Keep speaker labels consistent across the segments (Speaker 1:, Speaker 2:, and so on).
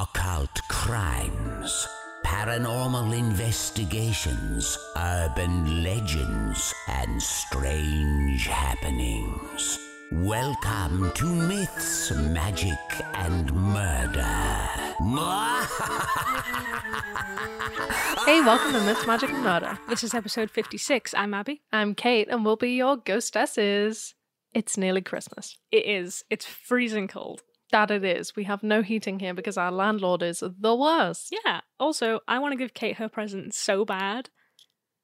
Speaker 1: occult crimes, paranormal investigations, urban legends, and strange happenings. Welcome to Myths, Magic, and Murder.
Speaker 2: Hey, welcome to Myth, Magic, and Murder.
Speaker 3: This is episode 56. I'm Abby.
Speaker 2: I'm Kate, and we'll be your ghostesses. It's nearly Christmas.
Speaker 3: It is. It's freezing cold.
Speaker 2: That it is. We have no heating here because our landlord is the worst.
Speaker 3: Yeah. Also, I want to give Kate her present so bad.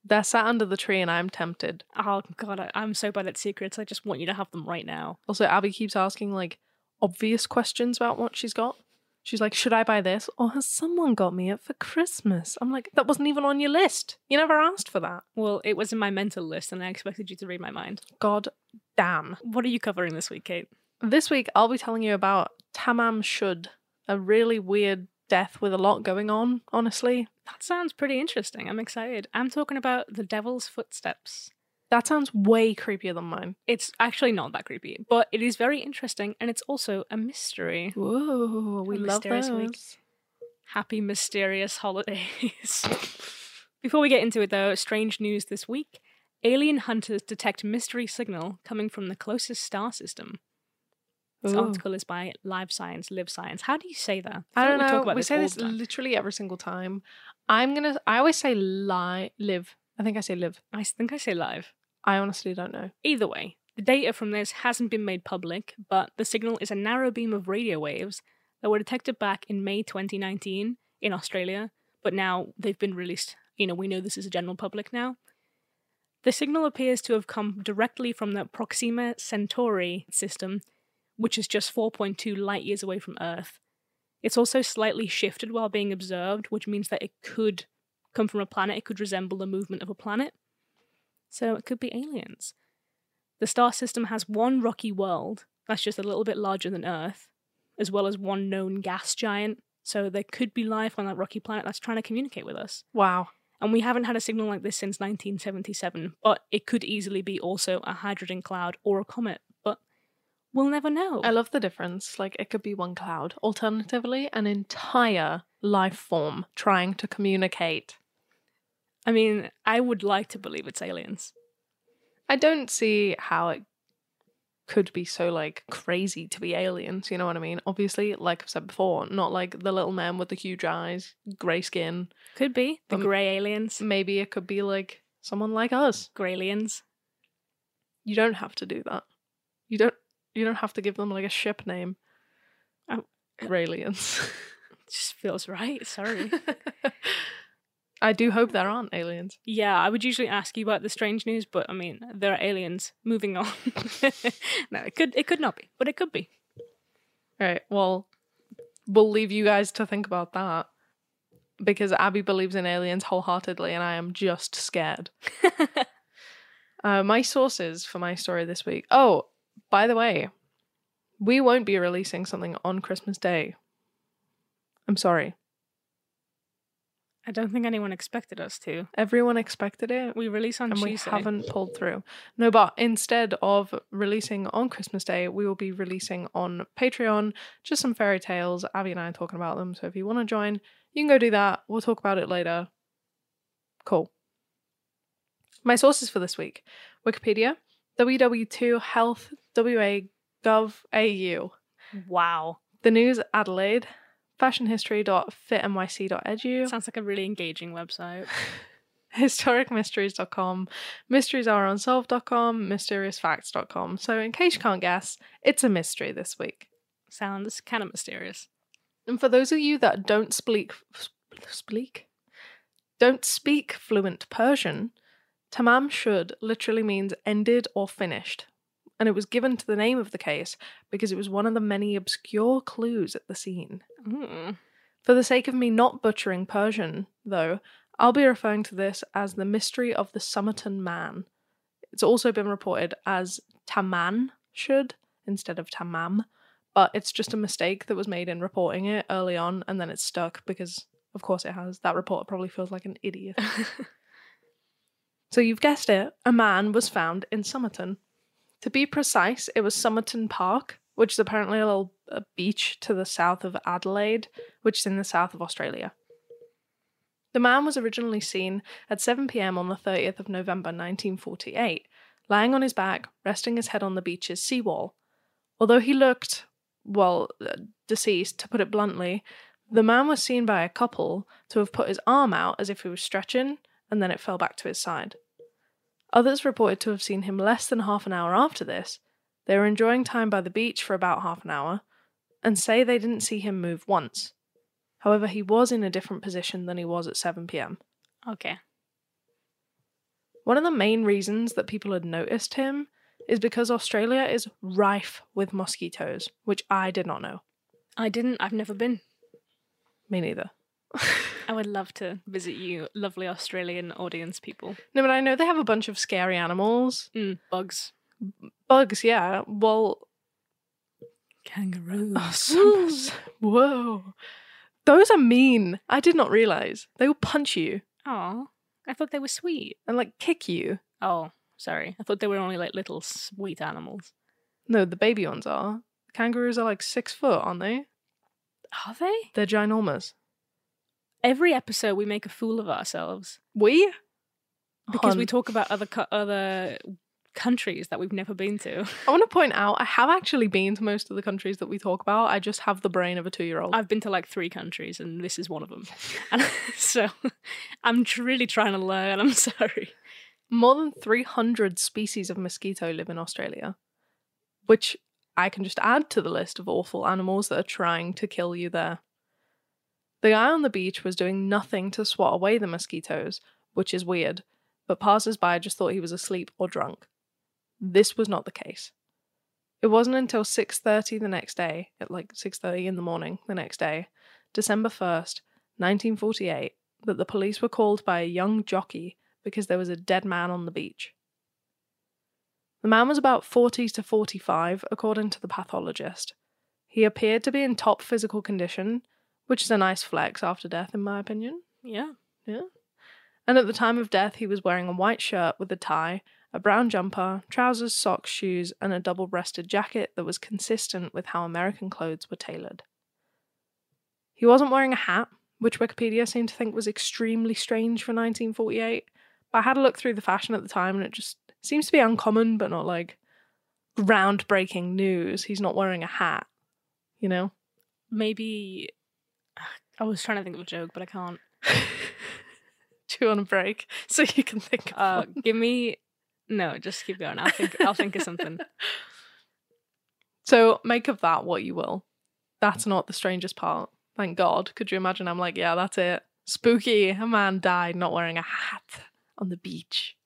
Speaker 2: They're sat under the tree, and I'm tempted.
Speaker 3: Oh, God, I, I'm so bad at secrets. I just want you to have them right now.
Speaker 2: Also, Abby keeps asking like obvious questions about what she's got. She's like, Should I buy this? Or has someone got me it for Christmas? I'm like, That wasn't even on your list. You never asked for that.
Speaker 3: Well, it was in my mental list, and I expected you to read my mind.
Speaker 2: God damn.
Speaker 3: What are you covering this week, Kate?
Speaker 2: This week, I'll be telling you about Tamam Shud, a really weird death with a lot going on, honestly.
Speaker 3: That sounds pretty interesting. I'm excited. I'm talking about The Devil's Footsteps.
Speaker 2: That sounds way creepier than mine.
Speaker 3: It's actually not that creepy, but it is very interesting, and it's also a mystery.
Speaker 2: Whoa, we
Speaker 3: A
Speaker 2: love
Speaker 3: mysterious
Speaker 2: those.
Speaker 3: week. Happy, mysterious holidays. Before we get into it, though, strange news this week. Alien hunters detect mystery signal coming from the closest star system. This
Speaker 2: Ooh.
Speaker 3: article is by Live Science, Live Science. How do you say that?
Speaker 2: I
Speaker 3: feel
Speaker 2: don't
Speaker 3: like
Speaker 2: know.
Speaker 3: We talk about
Speaker 2: we
Speaker 3: this
Speaker 2: say
Speaker 3: all
Speaker 2: this
Speaker 3: the time.
Speaker 2: literally every single time. I'm gonna. I always say li live. I think I say live.
Speaker 3: I think I say live.
Speaker 2: I honestly don't know.
Speaker 3: Either way, the data from this hasn't been made public, but the signal is a narrow beam of radio waves that were detected back in May 2019 in Australia, but now they've been released. You know, we know this is a general public now. The signal appears to have come directly from the Proxima Centauri system, which is just 4.2 light years away from Earth. It's also slightly shifted while being observed, which means that it could come from a planet, it could resemble the movement of a planet. So it could be aliens. The star system has one rocky world that's just a little bit larger than Earth, as well as one known gas giant. So there could be life on that rocky planet that's trying to communicate with us.
Speaker 2: Wow.
Speaker 3: And we haven't had a signal like this since 1977, but it could easily be also a hydrogen cloud or a comet, but we'll never know.
Speaker 2: I love the difference. Like it could be one cloud. Alternatively, an entire life form trying to communicate.
Speaker 3: I mean, I would like to believe it's aliens.
Speaker 2: I don't see how it could be so like crazy to be aliens, you know what I mean? Obviously, like I've said before, not like the little man with the huge eyes, grey skin.
Speaker 3: Could be. The
Speaker 2: Um,
Speaker 3: grey aliens.
Speaker 2: Maybe it could be like someone like us.
Speaker 3: Grey aliens.
Speaker 2: You don't have to do that. You don't you don't have to give them like a ship name.
Speaker 3: Oh.
Speaker 2: Aliens.
Speaker 3: Just feels right. Sorry.
Speaker 2: I do hope there aren't aliens.
Speaker 3: Yeah, I would usually ask you about the strange news, but I mean, there are aliens. Moving on. no, it could it could not be, but it could be.
Speaker 2: All right. Well, we'll leave you guys to think about that because Abby believes in aliens wholeheartedly, and I am just scared. Uh, my sources for my story this week. Oh, by the way, we won't be releasing something on Christmas Day. I'm sorry.
Speaker 3: I don't think anyone expected us to.
Speaker 2: Everyone expected it.
Speaker 3: We release on
Speaker 2: and we
Speaker 3: Tuesday.
Speaker 2: haven't pulled through. No, but instead of releasing on Christmas Day, we will be releasing on Patreon just some fairy tales. Abby and I are talking about them. So if you want to join, you can go do that. We'll talk about it later. Cool. My sources for this week Wikipedia, WW2 Health, WA Gov AU,
Speaker 3: Wow,
Speaker 2: The News Adelaide, fashionhistory.fitnyc.edu.
Speaker 3: sounds like a really engaging website.
Speaker 2: historicmysteries.com, mysteriesareunsolved.com, mysteriousfacts.com. So, in case you can't guess, it's a mystery this week.
Speaker 3: Sounds kind of mysterious.
Speaker 2: And for those of you that don't speak, speak, don't speak fluent Persian, tamam shud literally means ended or finished. And it was given to the name of the case because it was one of the many obscure clues at the scene.
Speaker 3: Mm.
Speaker 2: For the sake of me not butchering Persian, though, I'll be referring to this as the mystery of the Summerton Man. It's also been reported as Taman should instead of Tamam, but it's just a mistake that was made in reporting it early on and then it's stuck because, of course, it has. That reporter probably feels like an idiot. So you've guessed it, a man was found in Somerton. To be precise, it was Somerton Park which is apparently a little a beach to the south of Adelaide, which is in the south of Australia. The man was originally seen at 7 pm on the 30th of November 1948, lying on his back, resting his head on the beach's seawall. Although he looked, well, uh, deceased, to put it bluntly, the man was seen by a couple to have put his arm out as if he was stretching, and then it fell back to his side. Others reported to have seen him less than half an hour after this. They were enjoying time by the beach for about half an hour, and say they didn't see him move once. However, he was in a different position than he was at 7 pm.
Speaker 3: Okay.
Speaker 2: One of the main reasons that people had noticed him is because Australia is rife with mosquitoes, which I did not know.
Speaker 3: I didn't. I've never been.
Speaker 2: Me neither.
Speaker 3: I would love to visit you, lovely Australian audience people.
Speaker 2: No, but I know they have a bunch of scary animals.
Speaker 3: Mm, bugs.
Speaker 2: Bugs, yeah. Well,
Speaker 3: Kangaroos.
Speaker 2: oh, some- whoa. Those are mean. I did not realize. They will punch you
Speaker 3: Aw. I thought they were sweet.
Speaker 2: and like kick you.
Speaker 3: Oh, sorry. I thought they were only like little sweet animals.
Speaker 2: No, the baby ones are. Kangaroos are like six foot, aren't they?
Speaker 3: Are they?
Speaker 2: They're ginormous.
Speaker 3: Every episode we make a fool of ourselves
Speaker 2: We?
Speaker 3: because we
Speaker 2: Hun.
Speaker 3: talk about other co- other countries that we've never been to.
Speaker 2: I want to point out I have actually been to most of the countries that we talk about. I just have the brain of a two year old.
Speaker 3: I've been to like three countries, and this is one of them. And so I'm tr- really trying to learn. I'm sorry.
Speaker 2: More than 300 species of mosquito live in Australia, which I can just add to the list of awful animals that are trying to kill you there. The guy on the beach was doing nothing to swat away the mosquitoes, which is weird, but passers by just thought he was asleep or drunk. This was not the case. It wasn't until 6:30 the next day, at like 6:30 in the morning the next day, December 1st, 1948, that the police were called by a young jockey because there was a dead man on the beach. The man was about 40 to 45, according to the pathologist. He appeared to be in top physical condition, which is a nice flex after death, in my opinion.
Speaker 3: Yeah.
Speaker 2: And at the time of death, he was wearing a white shirt with a tie, a brown jumper, trousers, socks, shoes, and a double breasted jacket that was consistent with how American clothes were tailored. He wasn't wearing a hat, which Wikipedia seemed to think was extremely strange for 1948. But I had a look through the fashion at the time and it just seems to be uncommon, but not like groundbreaking news. He's not wearing a hat, you know?
Speaker 3: Maybe I was trying to think of a joke, but I can't.
Speaker 2: Do you want a break so you can think of
Speaker 3: Uh,
Speaker 2: one?
Speaker 3: give me no. Just keep going. I'll think. I'll think of something.
Speaker 2: So make of that what you will. That's not the strangest part. Thank God. Could you imagine? I'm like, yeah, that's it. Spooky. A man died not wearing a hat on the beach.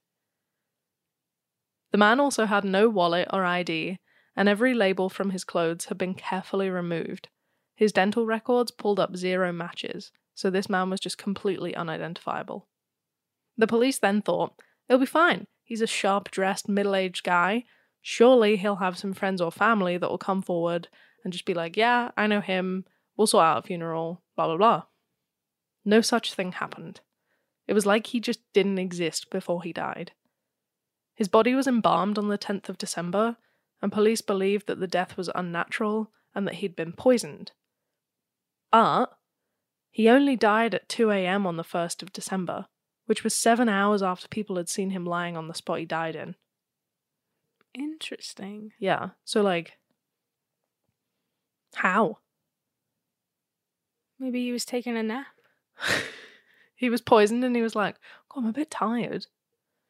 Speaker 2: The man also had no wallet or ID, and every label from his clothes had been carefully removed. His dental records pulled up zero matches, so this man was just completely unidentifiable. The police then thought, it'll be fine. He's a sharp dressed, middle aged guy. Surely he'll have some friends or family that will come forward and just be like, yeah, I know him. We'll sort out a funeral, blah, blah, blah. No such thing happened. It was like he just didn't exist before he died. His body was embalmed on the 10th of December, and police believed that the death was unnatural and that he'd been poisoned. But he only died at 2 am on the 1st of December, which was seven hours after people had seen him lying on the spot he died in.
Speaker 3: Interesting.
Speaker 2: Yeah. So, like, how?
Speaker 3: Maybe he was taking a nap.
Speaker 2: he was poisoned and he was like, God, I'm a bit tired.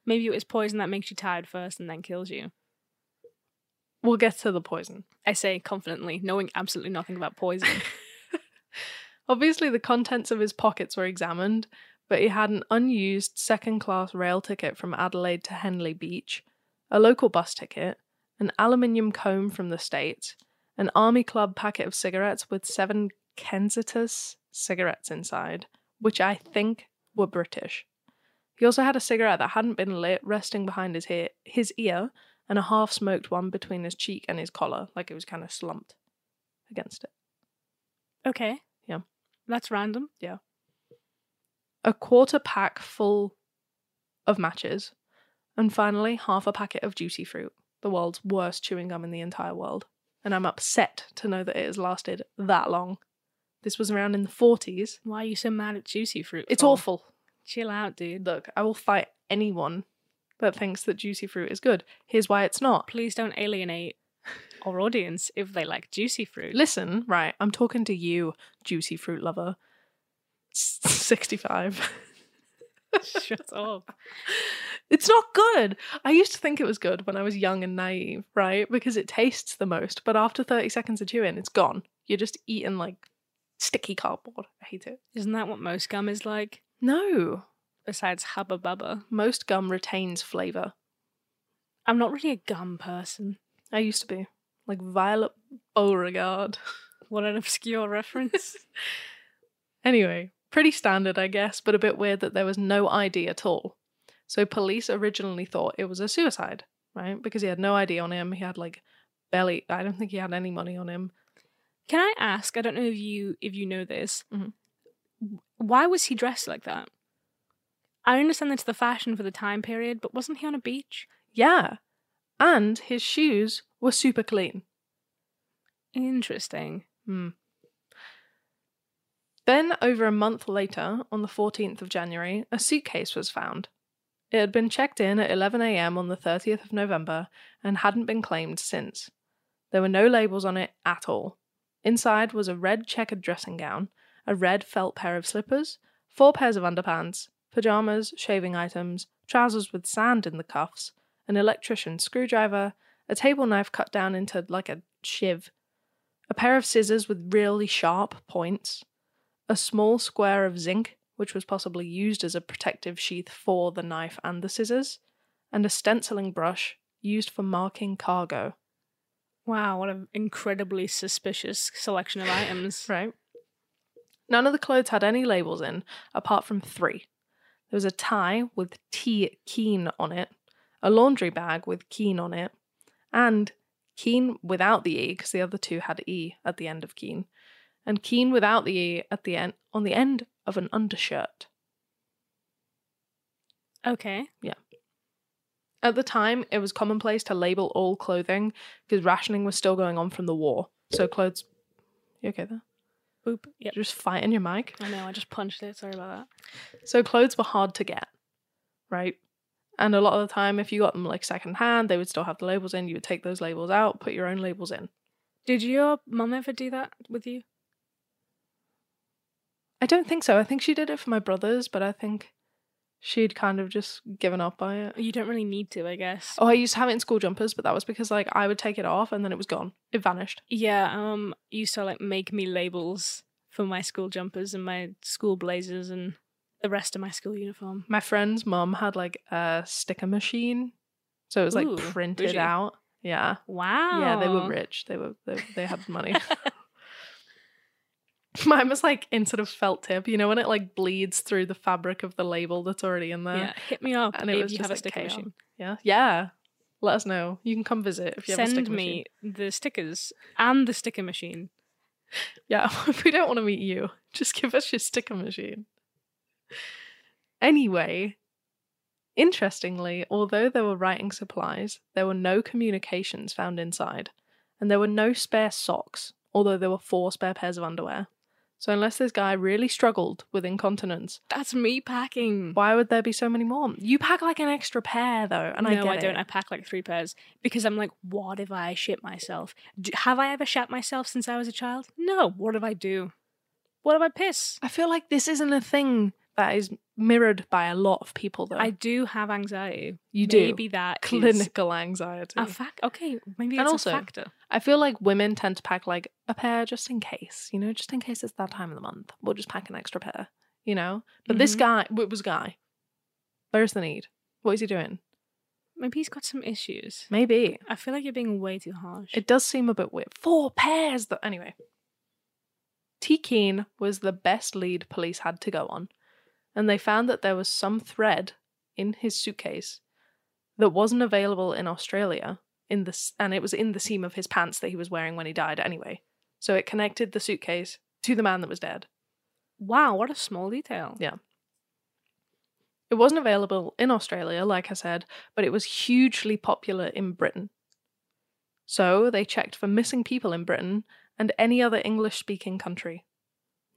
Speaker 3: Maybe it was poison that makes you tired first and then kills you.
Speaker 2: We'll get to the poison.
Speaker 3: I say confidently, knowing absolutely nothing about poison.
Speaker 2: Obviously, the contents of his pockets were examined, but he had an unused second class rail ticket from Adelaide to Henley Beach, a local bus ticket, an aluminium comb from the States, an Army Club packet of cigarettes with seven Kensitas cigarettes inside, which I think were British. He also had a cigarette that hadn't been lit resting behind his, ear, his ear and a half smoked one between his cheek and his collar, like it was kind of slumped against it.
Speaker 3: okay.
Speaker 2: Yeah.
Speaker 3: That's random.
Speaker 2: a quarter pack full of matches, and finally half a packet of duty fruit, the world's worst chewing gum in the entire world. and I'm upset to know that it has lasted that long. This was around in the 40s.
Speaker 3: Why are you so mad at juicy fruit?
Speaker 2: It's
Speaker 3: for?
Speaker 2: awful.
Speaker 3: Chill out, dude.
Speaker 2: Look, I will fight anyone that thinks that juicy fruit is good. Here's why it's not.
Speaker 3: Please don't alienate our audience if they like juicy fruit.
Speaker 2: Listen, right, I'm talking to you, juicy fruit lover. S- 65.
Speaker 3: Shut up.
Speaker 2: It's not good. I used to think it was good when I was young and naive, right? Because it tastes the most, but after 30 seconds of chewing, it's gone. You're just eating like sticky cardboard. I hate it.
Speaker 3: Isn't that what most gum is like?
Speaker 2: No,
Speaker 3: Besides Hubba Bubba.
Speaker 2: most gum retains flavour.
Speaker 3: I'm not really a gum person.
Speaker 2: I used to be like Violet Beauregard.
Speaker 3: What an obscure reference.
Speaker 2: Anyway, pretty standard, I guess, but a bit weird that there was no ID at all. So police originally thought it was a suicide, right? Because he had no ID on him. He had like barely, I don't think he had any money on him.
Speaker 3: Can I ask? I don't know if you if you know this.
Speaker 2: Mhm.
Speaker 3: w- Why was he dressed like that? I understand that's the fashion for the time period, but wasn't he on a beach?
Speaker 2: Yeah. And his shoes were super clean.
Speaker 3: Interesting.
Speaker 2: Hmm. Then, over a month later, on the 14th of January, a suitcase was found. It had been checked in at 11am on the 30th of November and hadn't been claimed since. There were no labels on it at all. Inside was a red checkered dressing gown, a red felt pair of slippers, four pairs of underpants, pajamas, shaving items, trousers with sand in the cuffs, an electrician screwdriver, a table knife cut down into like a shiv, a pair of scissors with really sharp points, a small square of zinc, which was possibly used as a protective sheath for the knife and the scissors, and a stenciling brush used for marking cargo.
Speaker 3: Wow, what an incredibly suspicious selection of items.
Speaker 2: Right. None of the clothes had any labels in, apart from three. There was a tie with T Keen on it, a laundry bag with Keen on it, and Keen without the E, because the other two had E at the end of Keen, and Keen without the E at the end on the end of an undershirt.
Speaker 3: Okay.
Speaker 2: At the time, it was commonplace to label all clothing because rationing was still going on from the war. So clothes. You okay there?
Speaker 3: Boop. Yep.
Speaker 2: You're just fighting your mic.
Speaker 3: I know, I just punched it. Sorry about
Speaker 2: So clothes were hard to get, right? And a lot of the time, if you got them like secondhand, they would still have the labels in. You would take those labels out, put your own labels in.
Speaker 3: that. Did your mum ever do that with you?
Speaker 2: I don't think so. I think she did it for my brothers, but I think she'd kind of just given up by it.
Speaker 3: You don't really need to, I guess.
Speaker 2: Oh, I used to have it in school jumpers, but that was because like I would take it off and then it was gone. It vanished.
Speaker 3: Yeah, um used to like make me labels for my school jumpers and my school blazers and the rest of my school uniform.
Speaker 2: My friend's mum had like a sticker machine, so it was like
Speaker 3: Ooh,
Speaker 2: printed
Speaker 3: bougie.
Speaker 2: out. Yeah,
Speaker 3: Wow.
Speaker 2: yeah, they were rich. They were they, they had money. Mine was like instead of felt tip, you know, when it like bleeds through the fabric of the label that's already in there.
Speaker 3: yeah, hit me up
Speaker 2: and it
Speaker 3: if
Speaker 2: was
Speaker 3: you
Speaker 2: just
Speaker 3: have a
Speaker 2: like
Speaker 3: sticker
Speaker 2: chaos.
Speaker 3: machine.
Speaker 2: Yeah. Yeah. Let us know. You can come visit if you have a
Speaker 3: Send
Speaker 2: sticker
Speaker 3: me
Speaker 2: machine.
Speaker 3: the stickers and the sticker machine.
Speaker 2: Yeah, we don't want to meet you. Just give us your sticker machine. Anyway, interestingly, although there were writing supplies, there were no communications found inside, and there were no spare socks, although there were four spare pairs of underwear. So, unless this guy really struggled with incontinence,
Speaker 3: That's me packing.
Speaker 2: Why would there be so many more? You pack like an extra pair though, and
Speaker 3: no,
Speaker 2: I get
Speaker 3: don't.
Speaker 2: it.
Speaker 3: I pack like three pairs because I'm like, what if I shit myself? Do, have I ever shat myself since I was a child? No. What if I do? What if I piss?
Speaker 2: I feel like this isn't a thing that is mirrored by a lot of people though.
Speaker 3: I do have anxiety.
Speaker 2: you do
Speaker 3: Maybe that is
Speaker 2: clinical anxiety.
Speaker 3: a fact. Okay, maybe
Speaker 2: And
Speaker 3: it's
Speaker 2: also-
Speaker 3: a factor.
Speaker 2: I feel like women tend to pack like a pair just in case, you know, just in case it's that time of the month. We'll just pack an extra pair, you know. But this
Speaker 3: Mhm.
Speaker 2: guy, it was guy. Where's the need? What is he doing?
Speaker 3: maybe he's got some issues.
Speaker 2: Maybe
Speaker 3: I feel like you're being way too harsh.
Speaker 2: It does seem a bit weird. Four pairs, though. Anyway, T. Keen was the best lead police had to go on, and they found that there was some thread in his suitcase that wasn't available in Australia. In the s- and it was in the seam of his pants that he was wearing when he died. Anyway, so it connected the suitcase to the man that was dead.
Speaker 3: wow, what a small detail.
Speaker 2: Yeah. It wasn't available in Australia, like I said, but it was hugely popular in Britain. So they checked for missing people in Britain and any other English speaking country.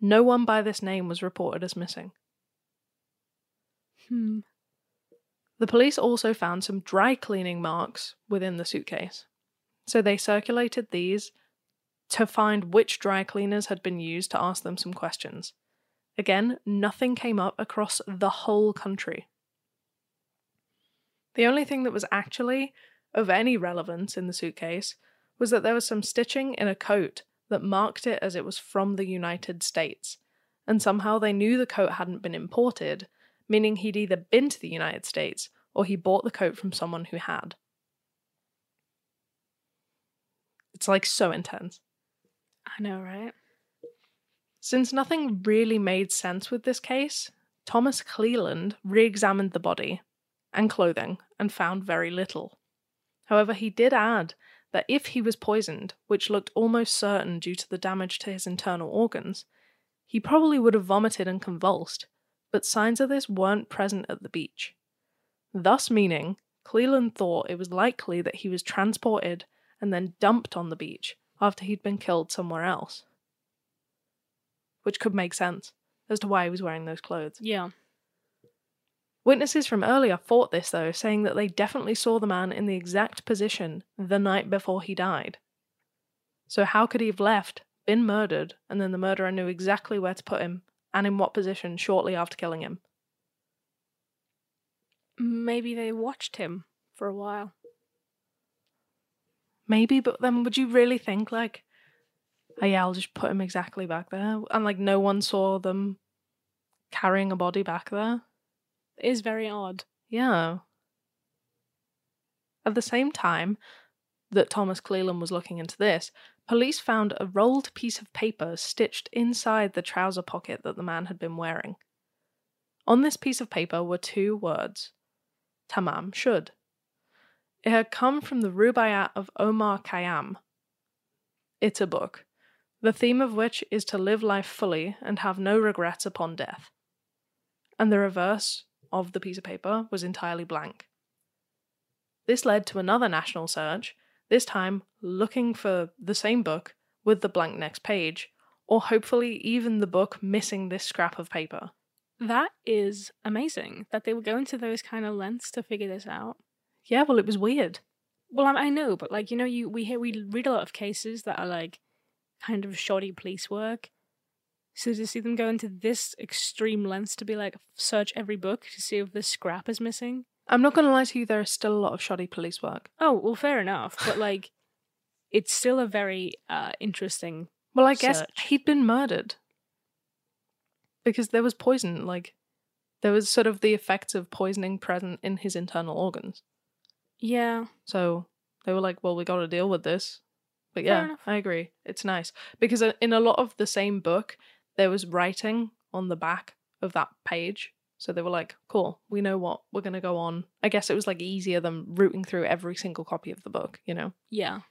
Speaker 2: No one by this name was reported as missing.
Speaker 3: Hmm.
Speaker 2: The police also found some dry cleaning marks within the suitcase. So they circulated these to find which dry cleaners had been used to ask them some questions. Again, nothing came up across the whole country. The only thing that was actually of any relevance in the suitcase was that there was some stitching in a coat that marked it as it was from the United States, and somehow they knew the coat hadn't been imported, meaning he'd either been to the United States or he bought the coat from someone who had. It's like so intense.
Speaker 3: I know, right?
Speaker 2: Since nothing really made sense with this case, Thomas Cleland re examined the body and clothing and found very little. However, he did add that if he was poisoned, which looked almost certain due to the damage to his internal organs, he probably would have vomited and convulsed, but signs of this weren't present at the beach. Thus, meaning, Cleland thought it was likely that he was transported and then dumped on the beach after he'd been killed somewhere else. Which could make sense as to why he was wearing those clothes.
Speaker 3: Yeah.
Speaker 2: Witnesses from earlier fought this, though, saying that they definitely saw the man in the exact position the night before he died. So, how could he have left, been murdered, and then the murderer knew exactly where to put him and in what position shortly after killing him?
Speaker 3: Maybe they watched him for a while.
Speaker 2: Maybe, but then would you really think, like, oh, yeah, I'll just put him exactly back there? And, like, no one saw them carrying a body back there?
Speaker 3: It is very odd.
Speaker 2: Yeah. At the same time that Thomas Cleland was looking into this, police found a rolled piece of paper stitched inside the trouser pocket that the man had been wearing. On this piece of paper were two words Tamam should. It had come from the Rubaiyat of Omar Khayyam. It's a book, the theme of which is to live life fully and have no regrets upon death. And the reverse of the piece of paper was entirely blank. This led to another national search, this time looking for the same book with the blank next page, or hopefully even the book missing this scrap of paper.
Speaker 3: That is amazing that they were going to those kind of lengths to figure this out.
Speaker 2: Yeah, well, it was weird.
Speaker 3: Well, I, I know, but like you know, you we hear we read a lot of cases that are like kind of shoddy police work. So to see them go into this extreme lengths to be like search every book to see if this scrap is missing.
Speaker 2: I'm not going to lie to you, there is still a lot of shoddy police work.
Speaker 3: Oh well, fair enough, but like it's still a very uh, interesting.
Speaker 2: Well, I guess
Speaker 3: Search.
Speaker 2: he'd been murdered because there was poison, like, there was sort of the effects of poisoning present in his internal organs.
Speaker 3: Yeah,
Speaker 2: So they were like, well, we got to deal with this. But
Speaker 3: Fair
Speaker 2: yeah,
Speaker 3: enough.
Speaker 2: I agree. It's nice. Because uh, in a lot of the same book, there was writing on the back of that page. So they were like, cool, we know what we're going to go on. I guess it was like easier than rooting through every single copy of the book, you know?
Speaker 3: yeah.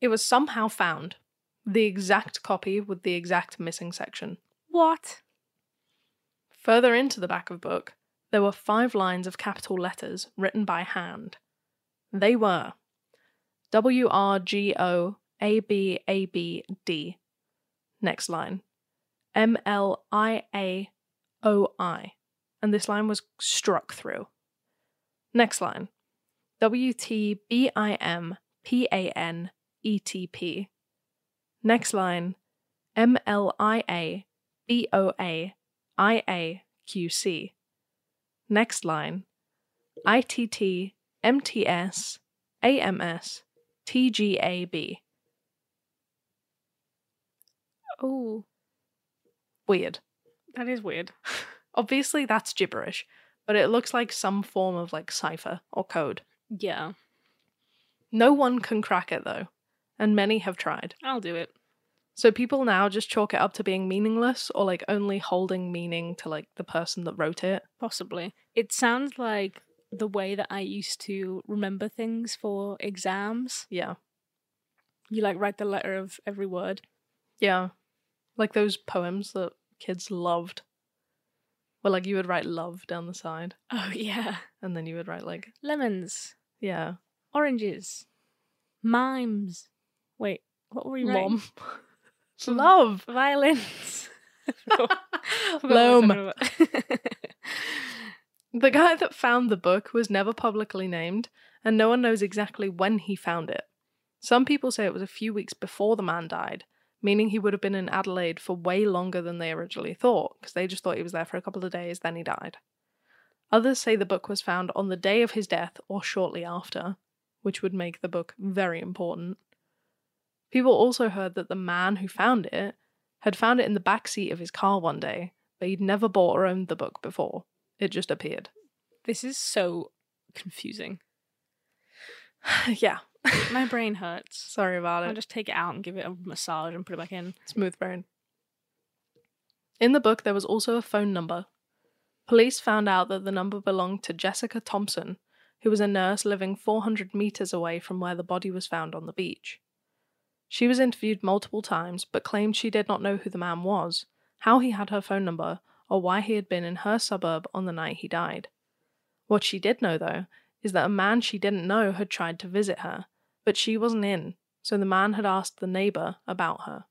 Speaker 2: It was somehow found the exact copy with the exact missing section.
Speaker 3: What?
Speaker 2: Further into the back of book, there were five lines of capital letters written by hand. They were W R G O A B A B D. Next line M L I A O I. And this line was struck through. Next line W T B I M P A N E T P. Next line M L I A B O A IAQC. Next line ITT MTS AMS TGAB.
Speaker 3: Oh,
Speaker 2: Weird.
Speaker 3: that is weird.
Speaker 2: Obviously, that's gibberish, but it looks like some form of like cipher or code.
Speaker 3: Yeah,
Speaker 2: No one can crack it though, and many have tried.
Speaker 3: I'll do it.
Speaker 2: So people now just chalk it up to being meaningless or like only holding meaning to like the person that wrote it.
Speaker 3: Possibly. It sounds like the way that I used to remember things for exams.
Speaker 2: Yeah.
Speaker 3: You like write the letter of every word.
Speaker 2: Yeah. Like those poems that kids loved. Well, like you would write love down the side
Speaker 3: Oh yeah.
Speaker 2: and then you would write like
Speaker 3: Lemons.
Speaker 2: yeah.
Speaker 3: Oranges. Mimes. Wait, what were we writing?
Speaker 2: Lom. Love.
Speaker 3: Violins.
Speaker 2: Loam.
Speaker 3: Loam.
Speaker 2: The guy that found the book was never publicly named, and no one knows exactly when he found it. Some people say it was a few weeks before the man died, meaning he would have been in Adelaide for way longer than they originally thought, because they just thought he was there for a couple of days, then he died. Others say the book was found on the day of his death or shortly after, which would make the book very important. People also heard that the man who found it had found it in the backseat of his car one day, but he'd never bought or owned the book before. It just appeared.
Speaker 3: This is so confusing.
Speaker 2: yeah.
Speaker 3: My brain hurts.
Speaker 2: Sorry about it.
Speaker 3: I'll just take it out and give it a massage and put it back in.
Speaker 2: Smooth brain. In the book, there was also a phone number. Police found out that the number belonged to Jessica Thompson, who was a nurse living 400 metres away from where the body was found on the beach. She was interviewed multiple times but claimed she did not know who the man was, how he had her phone number, or why he had been in her suburb on the night he died. What she did know, though, is that a man she didn't know had tried to visit her, but she wasn't in, so the man had asked the neighbour about her.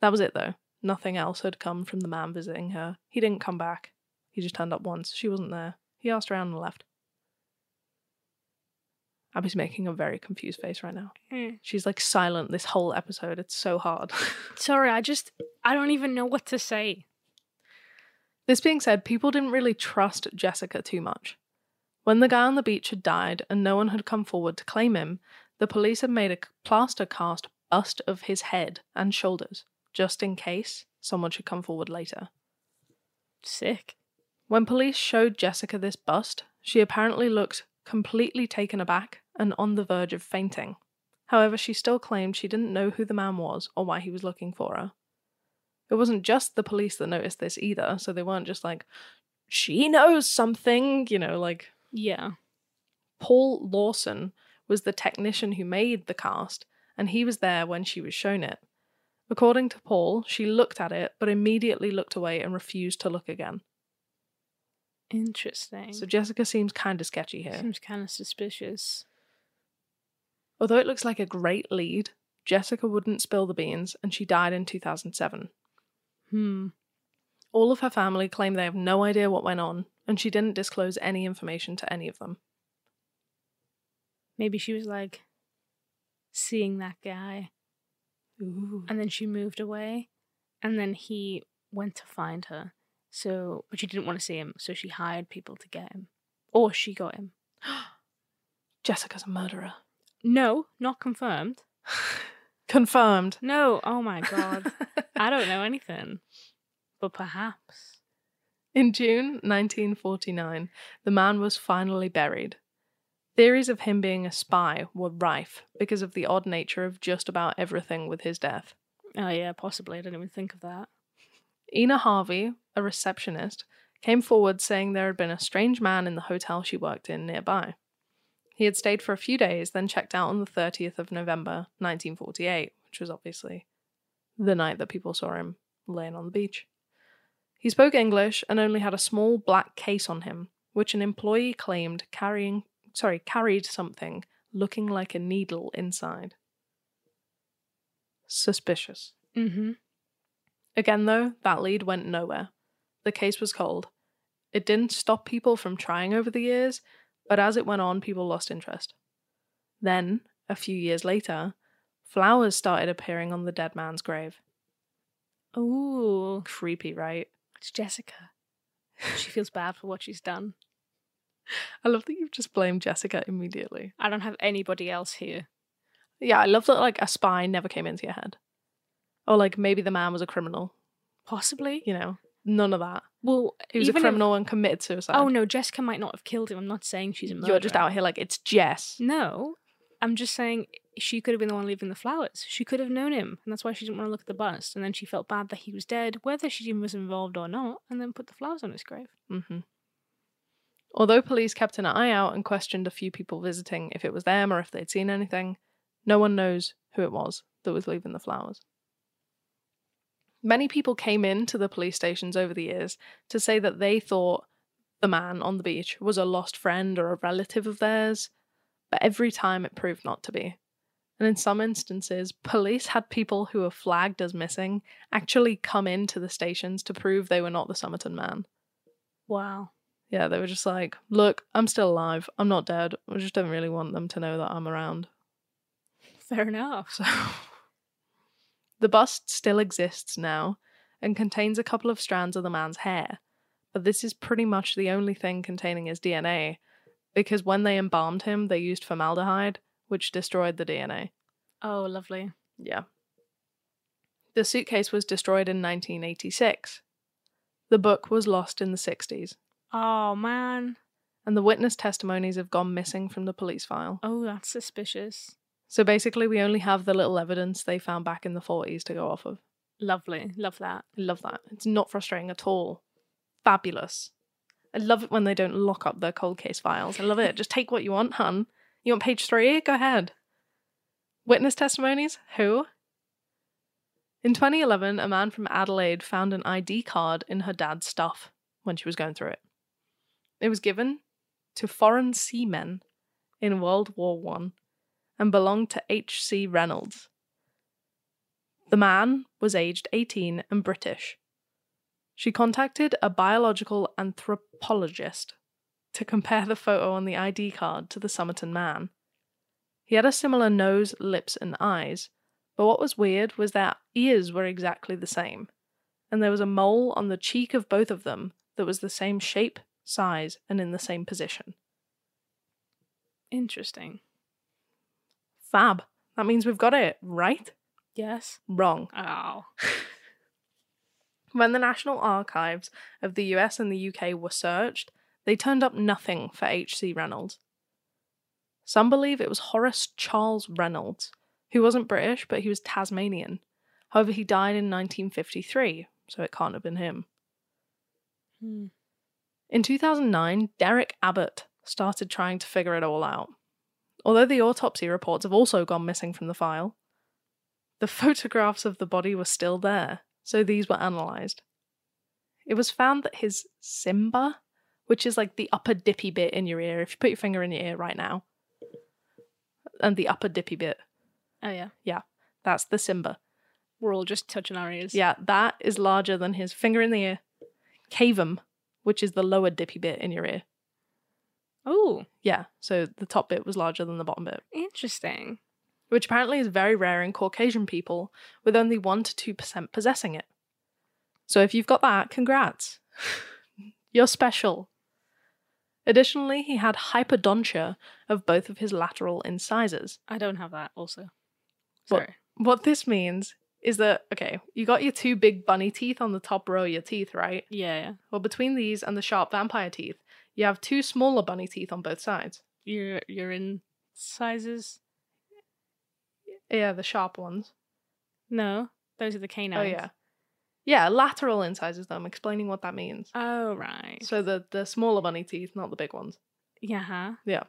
Speaker 2: That was it, though. Nothing else had come from the man visiting her. He didn't come back. He just turned up once. She wasn't there. He asked around and left. Abby's making a very confused face right now.
Speaker 3: Mm.
Speaker 2: She's like silent this whole episode. It's so hard.
Speaker 3: Sorry, I just I don't even know what to say.
Speaker 2: This being said, people didn't really trust Jessica too much. When the guy on the beach had died and no one had come forward to claim him, the police had made a plaster cast bust of his head and shoulders, just in case someone should come forward later.
Speaker 3: Sick.
Speaker 2: When police showed Jessica this bust, she apparently looked completely taken aback and on the verge of fainting. However, she still claimed she didn't know who the man was or why he was looking for her. It wasn't just the police that noticed this either, so they weren't just like, she knows something, you know, like
Speaker 3: Yeah.
Speaker 2: Paul Lawson was the technician who made the cast, and he was there when she was shown it. According to Paul, she looked at it but immediately looked away and refused to look again.
Speaker 3: Interesting. Hmm.
Speaker 2: So Jessica seems kind of sketchy here.
Speaker 3: Seems kind of suspicious.
Speaker 2: Although it looks like a great lead, Jessica wouldn't spill the beans and she died in 2007.
Speaker 3: Hmm.
Speaker 2: All of her family claim they have no idea what went on and she didn't disclose any information to any of them.
Speaker 3: Maybe she was like seeing that guy
Speaker 2: Ooh.
Speaker 3: and then she moved away and then he went to find her. So, but she didn't want to see him, so she hired people to get him. Or she got him.
Speaker 2: Jessica's a murderer.
Speaker 3: No, not confirmed.
Speaker 2: Confirmed.
Speaker 3: No, oh my god. I don't know anything. But perhaps.
Speaker 2: In June 1949, the man was finally buried. Theories of him being a spy were rife because of the odd nature of just about everything with his death.
Speaker 3: Oh yeah, possibly. I didn't even think of that.
Speaker 2: Ina Harvey, a receptionist, came forward saying there had been a strange man in the hotel she worked in nearby. He had stayed for a few days, then checked out on the 30th of November 1948, which was obviously the night that people saw him laying on the beach. He spoke English and only had a small black case on him, which an employee claimed carrying sorry, carried something looking like a needle inside. Suspicious.
Speaker 3: Mm-hmm.
Speaker 2: Again, though, that lead went nowhere. The case was cold. It didn't stop people from trying over the years, but as it went on, people lost interest. Then, a few years later, flowers started appearing on the dead man's grave.
Speaker 3: Ooh.
Speaker 2: Creepy, right?
Speaker 3: It's Jessica. She feels bad for what she's done.
Speaker 2: I love that you've just blamed Jessica immediately.
Speaker 3: I don't have anybody else here.
Speaker 2: Yeah, I love that like a spy never came into your head. Or like maybe the man was a criminal,
Speaker 3: Possibly.
Speaker 2: you know. None of that.
Speaker 3: Well,
Speaker 2: He was a
Speaker 3: even if-
Speaker 2: criminal and committed suicide.
Speaker 3: oh no, Jessica might not have killed him. I'm not saying she's a murderer.
Speaker 2: You're just out here like it's Jess.
Speaker 3: No, I'm just saying she could have been the one leaving the flowers. She could have known him, and that's why she didn't want to look at the bust. And then she felt bad that he was dead, whether she was involved or not, and then put the flowers on his grave.
Speaker 2: Mm-hmm. Although police kept an eye out and questioned a few people visiting if it was them or if they'd seen anything, no one knows who it was that was leaving the flowers. Many people came in to the police stations over the years to say that they thought the man on the beach was a lost friend or a relative of theirs, but every time it proved not to be. And in some instances, police had people who were flagged as missing actually come into the stations to prove they were not the Somerton man.
Speaker 3: Wow.
Speaker 2: Yeah, they were just like, look, I'm still alive. I'm not dead. I just don't really want them to know that I'm around.
Speaker 3: Fair enough.
Speaker 2: So the bust still exists now and contains a couple of strands of the man's hair, but this is pretty much the only thing containing his DNA because when they embalmed him, they used formaldehyde, which destroyed the DNA.
Speaker 3: Oh, lovely.
Speaker 2: Yeah. The suitcase was destroyed in 1986. The book was lost in the 60s,
Speaker 3: Oh, man.
Speaker 2: and the witness testimonies have gone missing from the police file.
Speaker 3: Oh, that's suspicious.
Speaker 2: So basically, we only have the little evidence they found back in the 40s to go off of.
Speaker 3: Lovely. Love that.
Speaker 2: I love that. It's not frustrating at all. Fabulous. I love it when they don't lock up their cold case files. I love it. Just take what you want, hun. You want page three? Go ahead. Witness testimonies? Who? In 2011, a man from Adelaide found an ID card in her dad's stuff when she was going through it. It was given to foreign seamen in World War One and belonged to H.C. Reynolds. The man was aged 18 and British. She contacted a biological anthropologist to compare the photo on the ID card to the Somerton man. He had a similar nose, lips, and eyes, but what was weird was their ears were exactly the same, and there was a mole on the cheek of both of them that was the same shape, size, and in the same position.
Speaker 3: Interesting.
Speaker 2: Fab. That means we've got it, right?
Speaker 3: Yes.
Speaker 2: Wrong.
Speaker 3: Oh.
Speaker 2: When the National Archives of the US and the UK were searched, they turned up nothing for H.C. Reynolds. Some believe it was Horace Charles Reynolds, who wasn't British, but he was Tasmanian. However, he died in 1953, so it can't have been him.
Speaker 3: Hmm.
Speaker 2: In 2009, Derek Abbott started trying to figure it all out. Although the autopsy reports have also gone missing from the file, the photographs of the body were still there, so these were analysed. It was found that his Simba, which is like the upper dippy bit in your ear, if you put your finger in your ear right now, and the upper dippy bit,
Speaker 3: Oh, yeah.
Speaker 2: that's the Simba.
Speaker 3: We're all just touching our ears.
Speaker 2: Yeah, that is larger than his finger in the ear. Cavum, which is the lower dippy bit in your ear.
Speaker 3: Oh,
Speaker 2: Yeah, so the top bit was larger than the bottom bit,
Speaker 3: interesting.
Speaker 2: which apparently is very rare in Caucasian people, with only 1% to 2% possessing it. So if you've got that, congrats. You're special. Additionally, he had hypodontia of both of his lateral incisors.
Speaker 3: I don't have that also.
Speaker 2: What?
Speaker 3: Sorry.
Speaker 2: What this means is that, okay, you got your two big bunny teeth on the top row of your teeth, right?
Speaker 3: Yeah, yeah.
Speaker 2: Well, between these and the sharp vampire teeth, you have two smaller bunny teeth on both sides.
Speaker 3: You're, you're in sizes?
Speaker 2: Yeah, the sharp ones.
Speaker 3: No. Those are the canines.
Speaker 2: Oh yeah, yeah. Lateral incisors. Though I'm explaining what that means.
Speaker 3: Oh, right.
Speaker 2: So the the smaller bunny teeth, not the big ones.
Speaker 3: yeah. Huh?
Speaker 2: Yeah.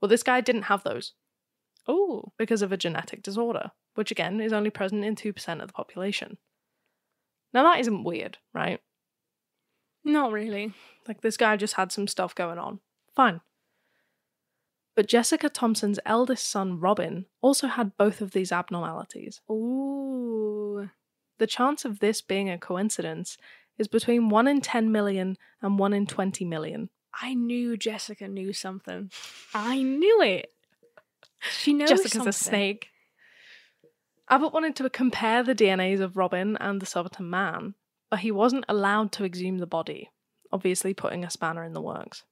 Speaker 2: Well, this guy didn't have those
Speaker 3: Oh,
Speaker 2: because of a genetic disorder, which again is only present in two percent of the population. Now that isn't weird, right?
Speaker 3: not really.
Speaker 2: Like this guy just had some stuff going on. Fine. But Jessica Thompson's eldest son, Robin, also had both of these abnormalities.
Speaker 3: Ooh.
Speaker 2: the chance of this being a coincidence is between 1 in 10 million and 1 in 20 million.
Speaker 3: I knew Jessica knew something. I knew it. She knows
Speaker 2: Jessica's
Speaker 3: something.
Speaker 2: a snake. Abbott wanted to compare the DNAs of Robin and the Silverton man, but he wasn't allowed to exhume the body, obviously putting a spanner in the works.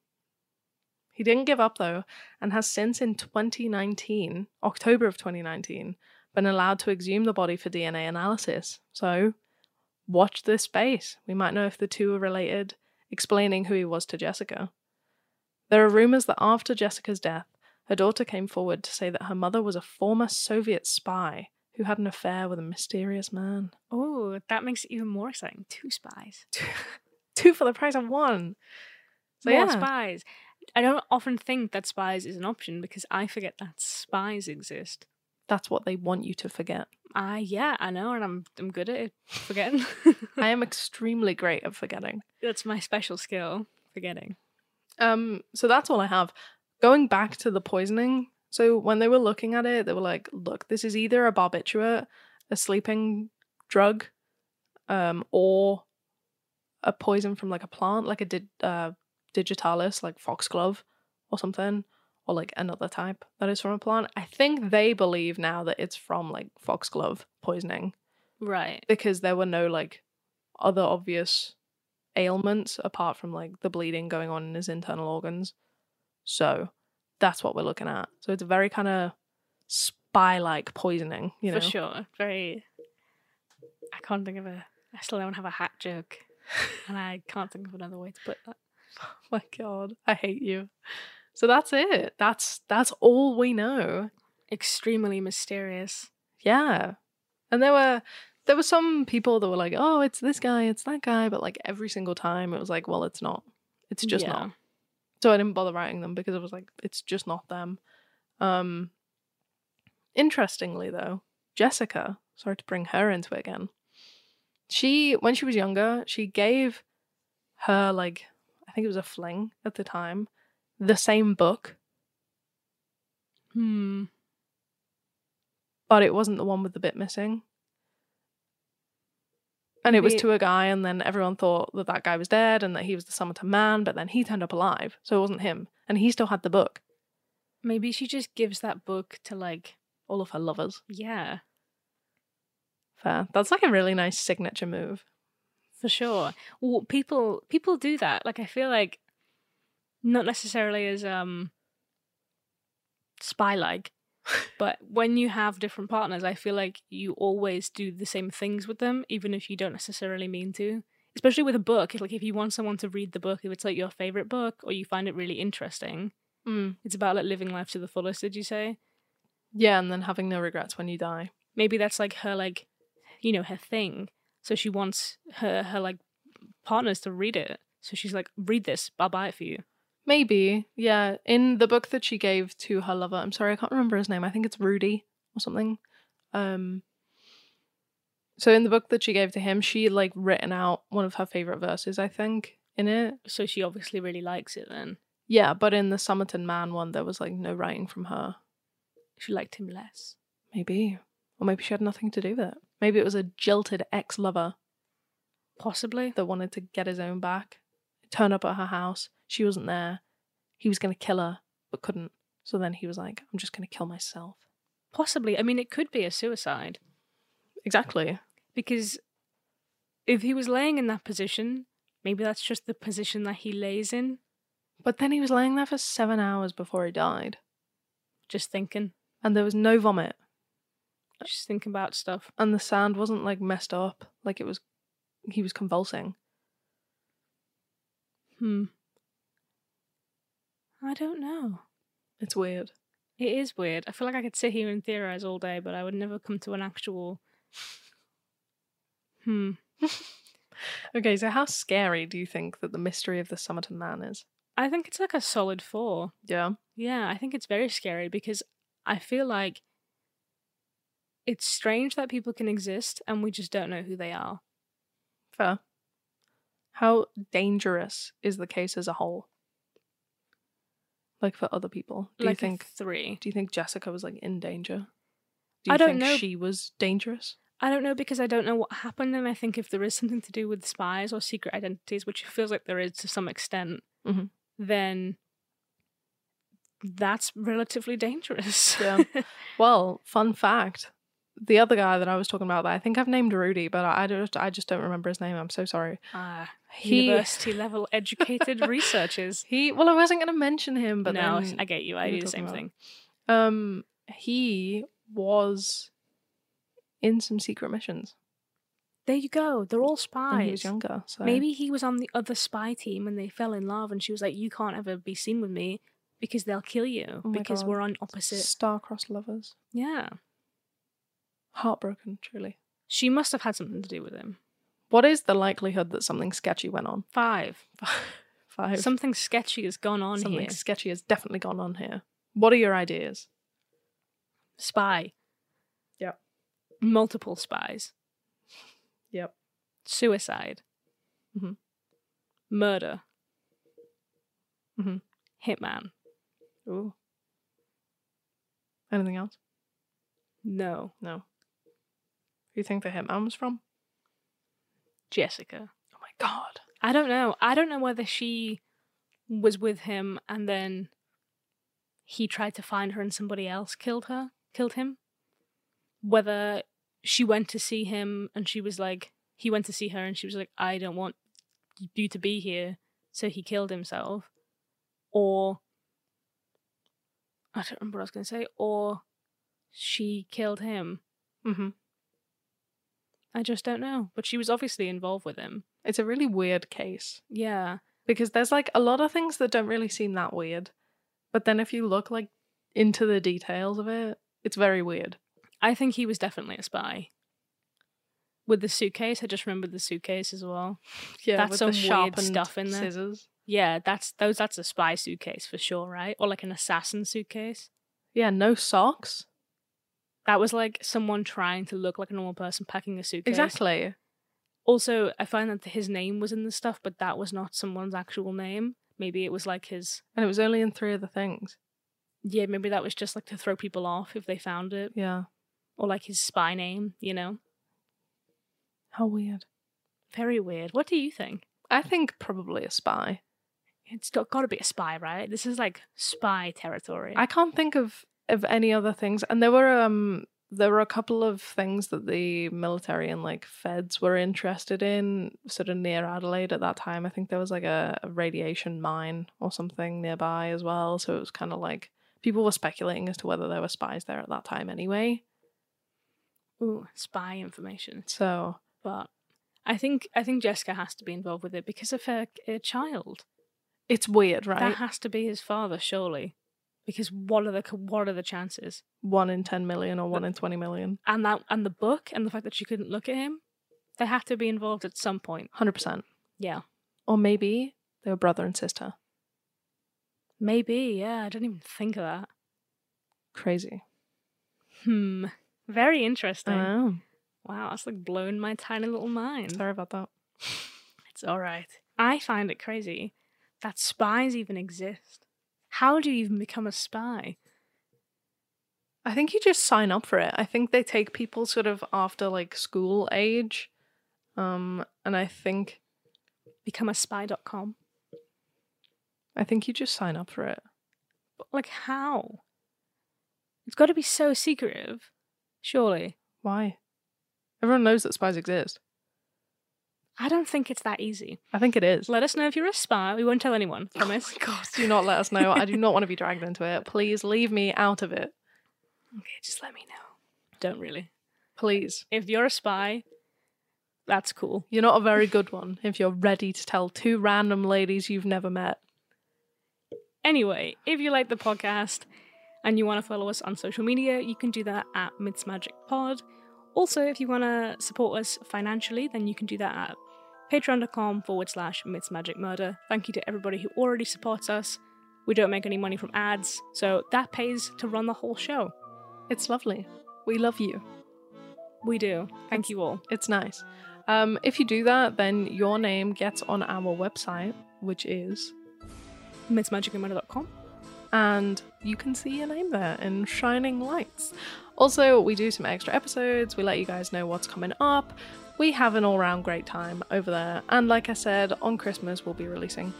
Speaker 2: He didn't give up though, and has since in 2019, October of 2019, been allowed to exhume the body for DNA analysis. So watch this space. We might know if the two are related, explaining who he was to Jessica. There are rumours that after Jessica's death, her daughter came forward to say that her mother was a former Soviet spy who had an affair with a mysterious man.
Speaker 3: Oh, that makes it even more exciting. Two spies.
Speaker 2: Two for the price of one. So
Speaker 3: more
Speaker 2: yeah.
Speaker 3: spies. I don't often think that spies is an option because I forget that spies exist.
Speaker 2: That's what they want you to forget.
Speaker 3: Ah, yeah, I know, and I'm I'm good at it. forgetting.
Speaker 2: I am extremely great at forgetting.
Speaker 3: That's my special skill, forgetting.
Speaker 2: Um, so that's all I have. Going back to the poisoning, so when they were looking at it, they were like, look, this is either a barbiturate, a sleeping drug, um, or a poison from like a plant, like a di- uh, digitalis, like foxglove or something, or like another type that is from a plant. I think they believe now that it's from like foxglove poisoning
Speaker 3: Right.
Speaker 2: because there were no like other obvious ailments apart from like the bleeding going on in his internal organs. So that's what we're looking at. So it's a very kind of spy like poisoning, you know.
Speaker 3: For sure. Very. I can't think of a. I still don't have a hat joke. and I can't think of another way to put that.
Speaker 2: Oh My god, I hate you. So that's it. That's that's all we know.
Speaker 3: Extremely mysterious.
Speaker 2: Yeah. And there were there were some people that were like, "Oh, it's this guy, it's that guy," but like every single time it was like, "Well, it's not. It's just
Speaker 3: Yeah.
Speaker 2: not." So I didn't bother writing them because I was like, it's just not them. Um interestingly though, Jessica, sorry to bring her into it again. She when she was younger, she gave her like I think it was a fling at the time, the same book,
Speaker 3: Hmm.
Speaker 2: but it wasn't the one with the bit missing. And it was
Speaker 3: Maybe-
Speaker 2: to a guy, and then everyone thought that that guy was dead and that he was the Summerton man, but then he turned up alive, so it wasn't him. And he still had the book.
Speaker 3: Maybe she just gives that book to like.
Speaker 2: All of her lovers.
Speaker 3: Yeah.
Speaker 2: Fair. That's like a really nice signature move.
Speaker 3: For sure. Well, people people do that. Like I feel like not necessarily as um spy like, but when you have different partners, I feel like you always do the same things with them, even if you don't necessarily mean to. Especially with a book. Like if you want someone to read the book, if it's like your favorite book or you find it really interesting,
Speaker 2: Mm.
Speaker 3: it's about like living life to the fullest, did you say?
Speaker 2: Yeah, and then having no regrets when you die.
Speaker 3: maybe that's like her like you know her thing so she wants her her like partners to read it so she's like read this i'll buy it for you
Speaker 2: Maybe. Yeah. In the book that she gave to her lover, I'm sorry, I can't remember his name. I think it's Rudy or something. Um So in the book that she gave to him, she had like written out one of her favorite verses, I think, in it.
Speaker 3: so she obviously really likes it then
Speaker 2: Yeah, but in the Summerton Man one there was like no writing from her.
Speaker 3: she liked him less
Speaker 2: Maybe. Or maybe she had nothing to do with it. Maybe it was a jilted ex lover
Speaker 3: possibly
Speaker 2: that wanted to get his own back, turn up at her house. She wasn't there. He was going to kill her, but couldn't. So then he was like, I'm just going to kill myself.
Speaker 3: possibly i mean it could be a suicide
Speaker 2: Exactly.
Speaker 3: because if he was laying in that position maybe that's just the position that he lays in
Speaker 2: But then he was laying there for seven hours before he died,
Speaker 3: just thinking
Speaker 2: and there was no vomit,
Speaker 3: just thinking about stuff
Speaker 2: and the sand wasn't like messed up, like it was, he was convulsing.
Speaker 3: hmm i don't know
Speaker 2: It's weird.
Speaker 3: It is weird. I feel like I could sit here and theorize all day, but I would never come to an actual. Hmm.
Speaker 2: Okay, so how scary do you think that the mystery of the Summerton Man is?
Speaker 3: I think it's like a solid four.
Speaker 2: Yeah.
Speaker 3: Yeah, I think it's very scary because I feel like it's strange that people can exist and we just don't know who they are.
Speaker 2: Fair. How dangerous is the case as a whole? Like for other people, do
Speaker 3: like
Speaker 2: you
Speaker 3: a
Speaker 2: think?
Speaker 3: three.
Speaker 2: Do you think Jessica was like in danger? Do you
Speaker 3: I don't
Speaker 2: think
Speaker 3: know.
Speaker 2: she was dangerous?
Speaker 3: I don't know because I don't know what happened, and I think if there is something to do with spies or secret identities, which it feels like there is to some extent,
Speaker 2: Mhm.
Speaker 3: then that's relatively dangerous.
Speaker 2: Yeah. Well, fun fact: the other guy that I was talking about, that I think I've named Rudy, but I I just I just don't remember his name. I'm so sorry.
Speaker 3: Ah,
Speaker 2: He-
Speaker 3: university level educated researchers.
Speaker 2: He well, I wasn't going to mention him, but
Speaker 3: But no,
Speaker 2: then
Speaker 3: I get you. I
Speaker 2: we were
Speaker 3: do the
Speaker 2: talking
Speaker 3: same
Speaker 2: about-
Speaker 3: thing.
Speaker 2: um he was in some secret missions
Speaker 3: There you go. They're all
Speaker 2: when he was
Speaker 3: spies.
Speaker 2: younger. So
Speaker 3: Maybe he was on the other spy team and they fell in love, and she was like, "You can't ever be seen with me because they'll kill you
Speaker 2: Oh my
Speaker 3: because
Speaker 2: God.
Speaker 3: we're on opposite."
Speaker 2: star-crossed lovers.
Speaker 3: Yeah,
Speaker 2: Heartbroken, truly.
Speaker 3: she must have had something to do with him.
Speaker 2: What is the likelihood that something sketchy went on?
Speaker 3: Five.
Speaker 2: Five.
Speaker 3: Something sketchy has gone on
Speaker 2: something
Speaker 3: here.
Speaker 2: sketchy has definitely gone on here. What are your ideas?
Speaker 3: Spy.
Speaker 2: Yep.
Speaker 3: Multiple spies.
Speaker 2: Yep.
Speaker 3: Suicide.
Speaker 2: Mhm.
Speaker 3: Murder.
Speaker 2: Mhm.
Speaker 3: Hitman.
Speaker 2: Ooh. Anything else?
Speaker 3: No,
Speaker 2: No. Who you think the hitman was from?
Speaker 3: Jessica.
Speaker 2: Oh my god.
Speaker 3: I don't know. I don't know whether she was with him and then he tried to find her and somebody else killed her, killed him. Whether she went to see him and she was like, he went to see her and she was like, I don't want you to be here. So he killed himself. Or, I don't remember what I was going to say. Or she killed him.
Speaker 2: Mm-hmm.
Speaker 3: I just don't know. But she was obviously involved with him.
Speaker 2: It's a really weird case
Speaker 3: Yeah.
Speaker 2: because there's like a lot of things that don't really seem that weird, but then if you look like into the details of it, it's very weird.
Speaker 3: I think he was definitely a spy. With the suitcase, I just remembered the suitcase as well.
Speaker 2: Yeah,
Speaker 3: That's
Speaker 2: with
Speaker 3: some
Speaker 2: the
Speaker 3: weird
Speaker 2: sharpened
Speaker 3: stuff in there.
Speaker 2: Scissors.
Speaker 3: Yeah, that's those. That's a spy suitcase for sure, right? Or like an assassin suitcase.
Speaker 2: Yeah, no socks.
Speaker 3: That was like someone trying to look like a normal person packing a suitcase.
Speaker 2: Exactly.
Speaker 3: Also, I find that his name was in the stuff, but that was not someone's actual name. Maybe it was like his.
Speaker 2: And it was only in three of the things.
Speaker 3: Yeah, maybe that was just like to throw people off if they found it,
Speaker 2: Yeah.
Speaker 3: or like his spy name. You know,
Speaker 2: How weird.
Speaker 3: very weird. What do you think?
Speaker 2: I think probably a spy.
Speaker 3: It's got got to be a spy, right? This is like spy territory.
Speaker 2: I can't think of of any other things. And there were um there were a couple of things that the military and like feds were interested in, sort of near Adelaide at that time. I think there was like a, a radiation mine or something nearby as well. So it was kind of like people were speculating as to whether there were spies there at that time anyway.
Speaker 3: Ooh, spy information.
Speaker 2: So
Speaker 3: But I think I think Jessica has to be involved with it because of her her child.
Speaker 2: it's weird,
Speaker 3: That
Speaker 2: right?
Speaker 3: has to be his father, surely. Because what are the co- what are the chances?
Speaker 2: one in ten million or one in twenty million.
Speaker 3: And that and the book and the fact that she couldn't look at him, they had to be involved at some point.
Speaker 2: Hundred percent.
Speaker 3: Yeah,
Speaker 2: Or maybe they were brother and sister.
Speaker 3: maybe. Yeah, I didn't even think of that.
Speaker 2: Crazy.
Speaker 3: Hmm. Very interesting.
Speaker 2: know.
Speaker 3: wow, that's like blown my tiny little mind.
Speaker 2: Uh-huh. Sorry about that.
Speaker 3: It's all right. I find it crazy that spies even exist. How do you even become a spy?
Speaker 2: I think you just sign up for it. I think they take people sort of after like school age. Um and I think
Speaker 3: Become a spy.com.
Speaker 2: I think you just sign up for it.
Speaker 3: But like how? It's got to be so secretive, surely.
Speaker 2: Why? Everyone knows that spies exist.
Speaker 3: I don't think it's that easy.
Speaker 2: I think it is.
Speaker 3: Let us know if you're a spy. We won't tell anyone. Promise.
Speaker 2: Oh God, do not let us know. I do not want to be dragged into it. Please leave me out of it.
Speaker 3: Okay, just let me know. Don't really.
Speaker 2: Please.
Speaker 3: If you're a spy, that's cool.
Speaker 2: You're not a very good one if you're ready to tell two random ladies you've never met.
Speaker 3: Anyway, if you like the podcast and you want to follow us on social media, you can do that at Midsmagic Pod. Also, if you want to support us financially, then you can do that at patreon.com forward slash Midsmagic Murder. Thank you to everybody who already supports us. We don't make any money from ads, so that pays to run the whole show.
Speaker 2: It's lovely. We love you.
Speaker 3: We do. Thank you all.
Speaker 2: It's nice. Um, if you do that, then your name gets on our website, which is
Speaker 3: Midsmagicandmurder.com.
Speaker 2: and you can see your name there in shining lights. Also, we do some extra episodes, we let you guys know what's coming up. We have an all round great time over there, and like I said, on Christmas we'll be releasing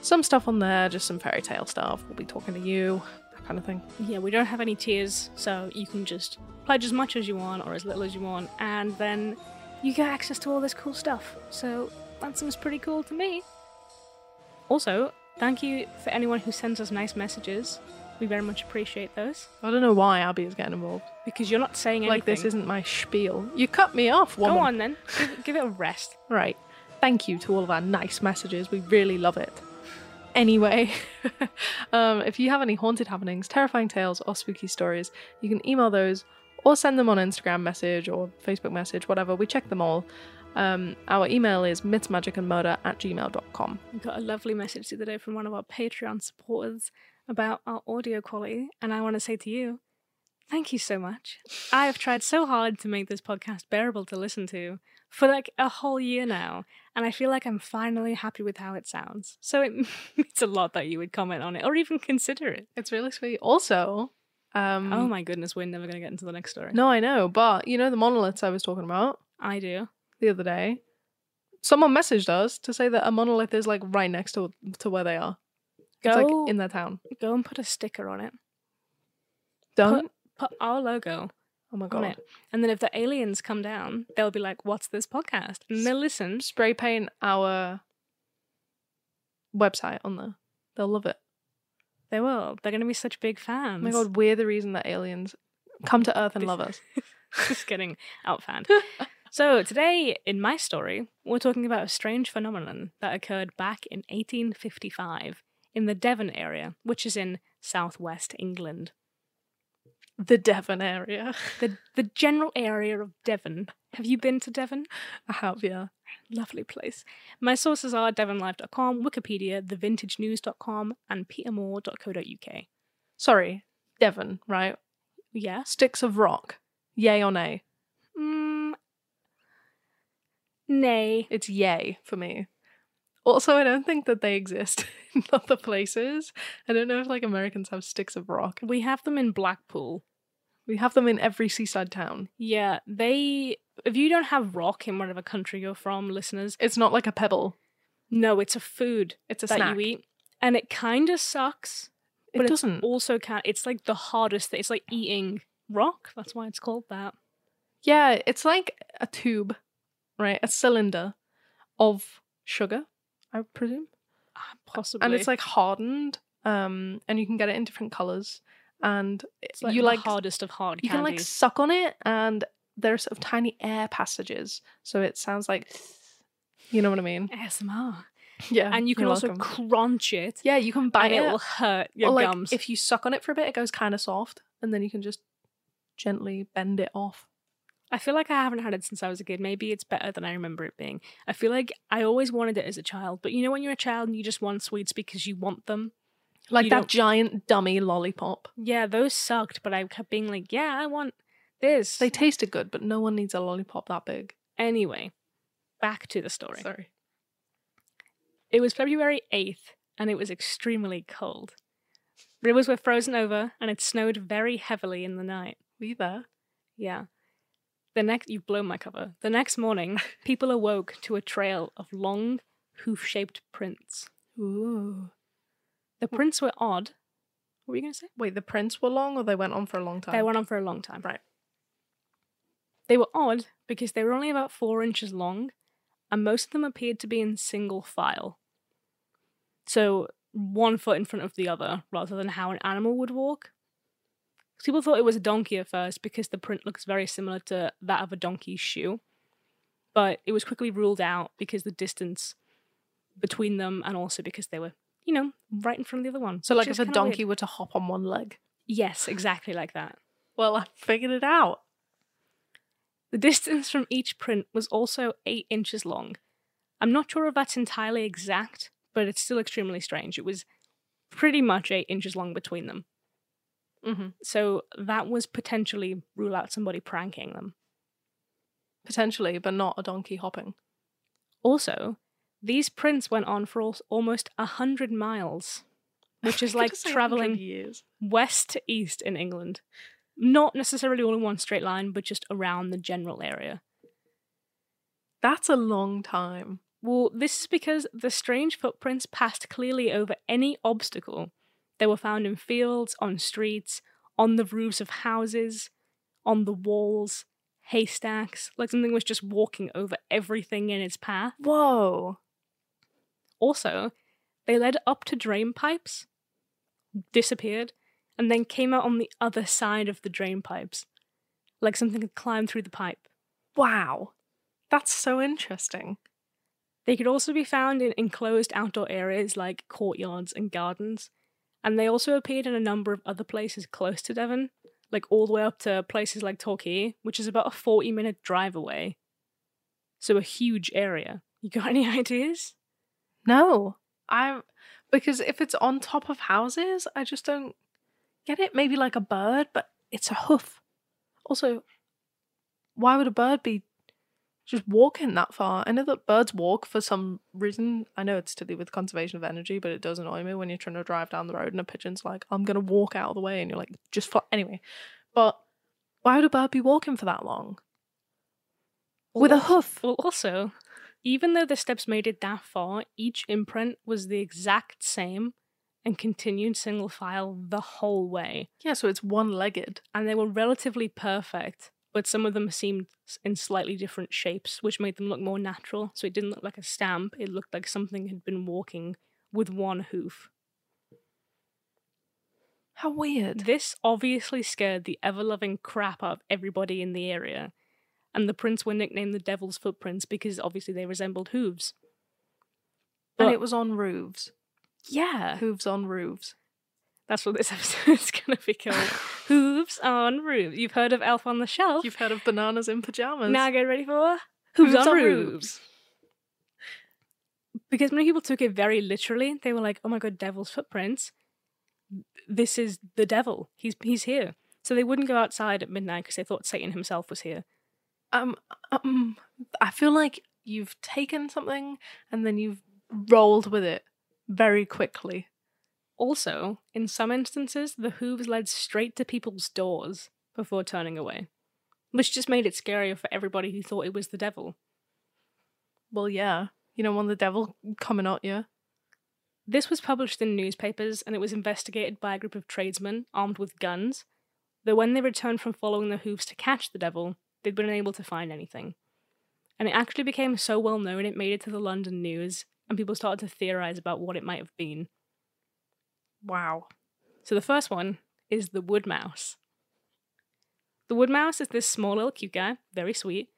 Speaker 2: some stuff on there, just some fairy tale stuff. We'll be talking to you, that kind of thing.
Speaker 3: Yeah, we don't have any tiers, so you can just pledge as much as you want or as little as you want, and then you get access to all this cool stuff. So that seems pretty cool to me. Also, thank you for anyone who sends us nice messages. We very much appreciate those
Speaker 2: I don't know why Abby is getting involved.
Speaker 3: because you're not saying anything.
Speaker 2: Like this isn't my spiel. You cut me off, woman.
Speaker 3: Go on then, give, give it a rest.
Speaker 2: Right. Thank you to all of our nice messages. We really love it. Anyway, um, if you have any haunted happenings, terrifying tales, or spooky stories, you can email those or send them on Instagram message or Facebook message, whatever. We check them all. Um, our email is mythsmagicandmurder at gmail.com.
Speaker 3: We got a lovely message the other day from one of our Patreon supporters about our audio quality, and I want to say to you, thank you so much. I have tried so hard to make this podcast bearable to listen to, for like a whole year now, and I feel like I'm finally happy with how it sounds. So it means a lot that you would comment on it or even consider it.
Speaker 2: It's really sweet. Also, um,
Speaker 3: oh my goodness, we're never going to get into the next story.
Speaker 2: no, I know, but you know the monoliths I was talking about
Speaker 3: I do.
Speaker 2: the other day. Someone messaged us to say that a monolith is like right next to to where they are.
Speaker 3: Go,
Speaker 2: It's like in their town.
Speaker 3: go and put a sticker on it.
Speaker 2: Don't.
Speaker 3: Put our logo
Speaker 2: oh my
Speaker 3: on
Speaker 2: god.
Speaker 3: it. And then if the aliens come down, they'll be like, what's this podcast? And they'll listen.
Speaker 2: Spray paint our website on there. They'll love it.
Speaker 3: They will. They're going to be such big fans.
Speaker 2: Oh my god, we're the reason that aliens come to Earth and love us.
Speaker 3: Just getting outfanned. so today, in my story, we're talking about a strange phenomenon that occurred back in 1855 in the Devon area, which is in southwest England.
Speaker 2: The Devon area.
Speaker 3: The the general area of Devon. Have you been to Devon?
Speaker 2: I have, yeah.
Speaker 3: Lovely place. My sources are devonlive.com, Wikipedia, thevintagenews.com, and petermore.co.uk.
Speaker 2: Sorry, Devon, right?
Speaker 3: Yes.
Speaker 2: Sticks of rock. Yay or nay?
Speaker 3: Mm. Nay.
Speaker 2: It's yay for me. Also, I don't think that they exist in other places. I don't know if like Americans have sticks of rock.
Speaker 3: We have them in Blackpool.
Speaker 2: We have them in every seaside town.
Speaker 3: Yeah, they. If you don't have rock in whatever country you're from, listeners,
Speaker 2: It's not like a pebble.
Speaker 3: no, it's a food
Speaker 2: It's a
Speaker 3: that
Speaker 2: snack.
Speaker 3: you eat, and it kind of sucks.
Speaker 2: It
Speaker 3: but it's
Speaker 2: doesn't.
Speaker 3: Also, can it's like the hardest thing. It's like eating rock. That's why it's called that.
Speaker 2: yeah, it's like a tube, right? A cylinder of sugar, I presume.
Speaker 3: Ah, Possibly,
Speaker 2: And it's like hardened. Um, and you can get it in different colors. And
Speaker 3: It's like
Speaker 2: you
Speaker 3: the
Speaker 2: like
Speaker 3: hardest of hard
Speaker 2: you can like
Speaker 3: candies.
Speaker 2: suck on it and there are sort of tiny air passages so it sounds like you know what i mean
Speaker 3: ASMR,
Speaker 2: yeah
Speaker 3: and you can
Speaker 2: Oh, you're
Speaker 3: also
Speaker 2: welcome.
Speaker 3: crunch it,
Speaker 2: yeah you can bite
Speaker 3: and
Speaker 2: it,
Speaker 3: it will hurt your
Speaker 2: or like
Speaker 3: gums.
Speaker 2: if you suck on it for a bit it goes kind of soft and then you can just gently bend it off
Speaker 3: I feel like I haven't had it since I was a kid. Maybe it's better than I remember it being. I feel like I always wanted it as a child, but you know when you're a child and you just want sweets because you want them.
Speaker 2: like
Speaker 3: You
Speaker 2: that
Speaker 3: don't-
Speaker 2: giant dummy lollipop
Speaker 3: Yeah, those sucked, but I kept being like, yeah, I want this.
Speaker 2: they tasted good but no one needs a lollipop that big
Speaker 3: anyway, back to the story.
Speaker 2: sorry
Speaker 3: It was February 8th and it was extremely cold. Rivers were frozen over and it snowed very heavily in the night.
Speaker 2: we there
Speaker 3: Yeah. The next you've blown my cover. The next morning, people awoke to a trail of long hoof-shaped prints.
Speaker 2: ooh Hmm.
Speaker 3: The prints were odd. What were you going to say?
Speaker 2: wait the prints were long or they went on for a long time
Speaker 3: They went on for a long time.
Speaker 2: Right.
Speaker 3: They were odd because they were only about four inches long, and most of them appeared to be in single file. So one foot in front of the other, rather than how an animal would walk. 'Cause People thought it was a donkey at first because the print looks very similar to that of a donkey's shoe, but it was quickly ruled out because the distance between them, and also because they were, you know, right in front of the other one.
Speaker 2: so
Speaker 3: which
Speaker 2: like
Speaker 3: is
Speaker 2: if a
Speaker 3: kinda weird.
Speaker 2: donkey were to hop on one leg
Speaker 3: yes, exactly like that.
Speaker 2: well i figured it out
Speaker 3: The distance from each print was also 8 inches long. I'm not sure if that's entirely exact, but it's still extremely strange. It was pretty much 8 inches long between them.
Speaker 2: mm-hmm.
Speaker 3: So that was potentially rule out somebody pranking them.
Speaker 2: potentially but not a donkey hopping
Speaker 3: Also, these prints went on for al- almost 100 miles, which is like traveling
Speaker 2: years.
Speaker 3: west to east in England. Not necessarily all in one straight line, but just around the general area.
Speaker 2: That's a long time.
Speaker 3: Well, this is because the strange footprints passed clearly over any obstacle. They were found in fields, on streets, on the roofs of houses, on the walls, haystacks, like something was just walking over everything in its path.
Speaker 2: Whoa.
Speaker 3: Also, they led up to drain pipes, disappeared, and then came out on the other side of the drain pipes, like something had climbed through the pipe.
Speaker 2: Wow. That's so interesting.
Speaker 3: They could also be found in enclosed outdoor areas like courtyards and gardens, and they also appeared in a number of other places close to Devon, like all the way up to places like Torquay, which is about a 40 minute drive away. So a huge area. You got any ideas?
Speaker 2: No. I'm because if it's on top of houses, I just don't get it. Maybe like a bird, but it's a hoof. Also, why would a bird be just walking that far. I know that birds walk for some reason. I know it's to do with conservation of energy, but it does annoy me when you're trying to drive down the road and a pigeon's like, I'm going to walk out of the way. And you're like, just fly. Anyway, but why would a bird be walking for that long? With a hoof.
Speaker 3: Well, also, even though the steps made it that far, each imprint was the exact same and continued single file the whole way.
Speaker 2: Yeah, so it's one legged.
Speaker 3: And they were relatively perfect, but some of them seemed s- in slightly different shapes, which made them look more natural. So it didn't look like a stamp, it looked like something had been walking with one hoof.
Speaker 2: How weird.
Speaker 3: This obviously scared the ever loving crap out of everybody in the area, and the prints were nicknamed the Devil's Footprints because obviously they resembled hooves.
Speaker 2: and
Speaker 3: But-
Speaker 2: it was on roofs.
Speaker 3: Yeah.
Speaker 2: Hooves on roofs.
Speaker 3: That's what this episode's gonna be called. Hooves on roofs. You've heard of Elf on the Shelf.
Speaker 2: You've heard of bananas in pajamas.
Speaker 3: now get ready for
Speaker 2: Hooves on roofs.
Speaker 3: Because many people took it very literally. They were like, "Oh my god, Devil's footprints! This is the devil. He's he's here." So they wouldn't go outside at midnight because they thought Satan himself was here.
Speaker 2: um, um, I feel like you've taken something and then you've rolled with it very quickly.
Speaker 3: Also, in some instances, the hooves led straight to people's doors before turning away, which just made it scarier for everybody who thought it was the devil.
Speaker 2: Well, yeah. You don't want the devil coming at you.
Speaker 3: This was published in newspapers and it was investigated by a group of tradesmen armed with guns, though when they returned from following the hooves to catch the devil, they'd been unable to find anything. And it actually became so well known it made it to the London news, and people started to theorise about what it might have been.
Speaker 2: Wow.
Speaker 3: So the first one is the wood mouse. The wood mouse is this small little cute guy, very sweet,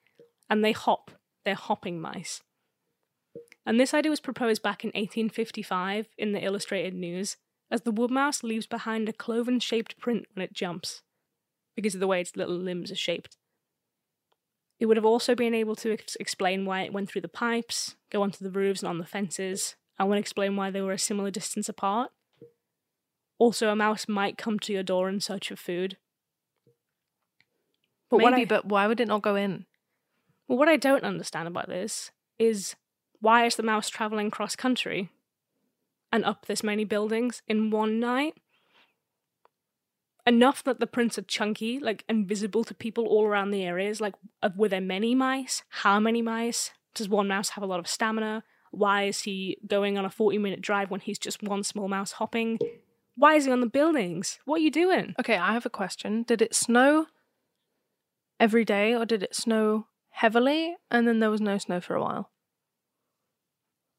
Speaker 3: and they hop. They're hopping mice. And this idea was proposed back in 1855 in the Illustrated News as the wood mouse leaves behind a cloven shaped print when it jumps because of the way its little limbs are shaped. It would have also been able to ex- explain why it went through the pipes, go onto the roofs and on the fences, and would explain why they were a similar distance apart. Also, a mouse might come to your door in search of food. But
Speaker 2: Maybe,
Speaker 3: what I,
Speaker 2: but why would it not go in?
Speaker 3: well, what I don't understand about this is why is the mouse traveling cross country and up this many buildings in one night? Enough that the prints are chunky, like invisible to people all around the areas. Like, uh, were there many mice? How many mice? Does one mouse have a lot of stamina? Why is he going on a 40 minute drive when he's just one small mouse hopping? Why is he on the buildings? What are you doing?
Speaker 2: Okay, I have a question. Did it snow every day or did it snow heavily and then there was no snow for a while?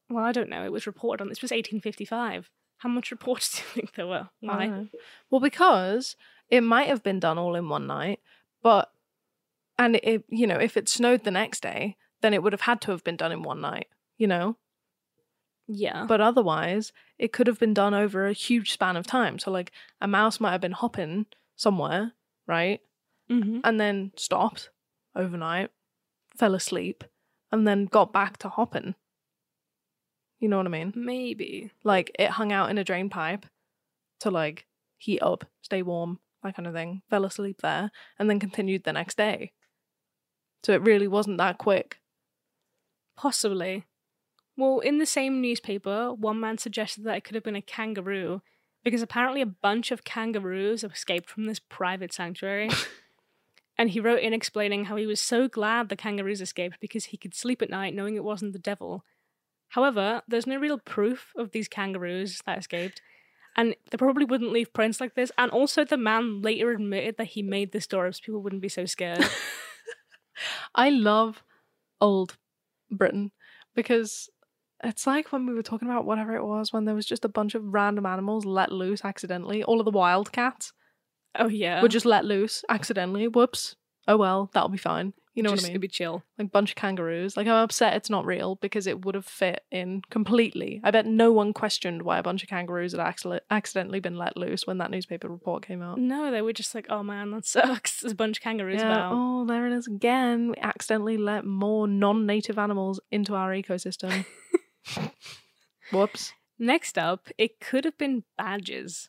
Speaker 3: Well, I don't know. It was reported on. This was 1855. How much reports do you think there were?
Speaker 2: I
Speaker 3: Why?
Speaker 2: don't know. Uh-huh. Well, because it might have been done all in one night, but and it you know, if it snowed the next day, then it would have had to have been done in one night, you know?
Speaker 3: Yeah.
Speaker 2: But otherwise, it could have been done over a huge span of time. So like a mouse might have been hopping somewhere, right?
Speaker 3: hmm
Speaker 2: and then stopped overnight, fell asleep, and then got back to hopping. You know what I mean?
Speaker 3: Maybe.
Speaker 2: Like it hung out in a drain pipe to like heat up, stay warm, that kind of thing. Fell asleep there and then continued the next day. So it really wasn't that quick.
Speaker 3: Possibly. Well, in the same newspaper, one man suggested that it could have been a kangaroo because apparently a bunch of kangaroos escaped from this private sanctuary. and he wrote in explaining how he was so glad the kangaroos escaped because he could sleep at night knowing it wasn't the devil. However, there's no real proof of these kangaroos that escaped. And they probably wouldn't leave prints like this. And also, the man later admitted that he made this story so people wouldn't be so scared.
Speaker 2: I love old Britain because it's like when we were talking about whatever it was when there was just a bunch of random animals let loose accidentally, all of the wild cats.
Speaker 3: oh, yeah.
Speaker 2: were just let loose accidentally. Whoops. Oh well, that'll be fine. You know
Speaker 3: Just-
Speaker 2: what I
Speaker 3: It'd
Speaker 2: mean?
Speaker 3: be chill.
Speaker 2: Like bunch of kangaroos. Like I'm upset it's not real because it would have fit in completely. I bet no one questioned why a bunch of kangaroos had accidentally accidentally been let loose when that newspaper report came out.
Speaker 3: No, they were just like, oh man, that sucks. There's a bunch of kangaroos
Speaker 2: Yeah,
Speaker 3: about.
Speaker 2: oh, there it is again. We accidentally let more non-native animals into our ecosystem. Whoops.
Speaker 3: Next up, it could have been badgers.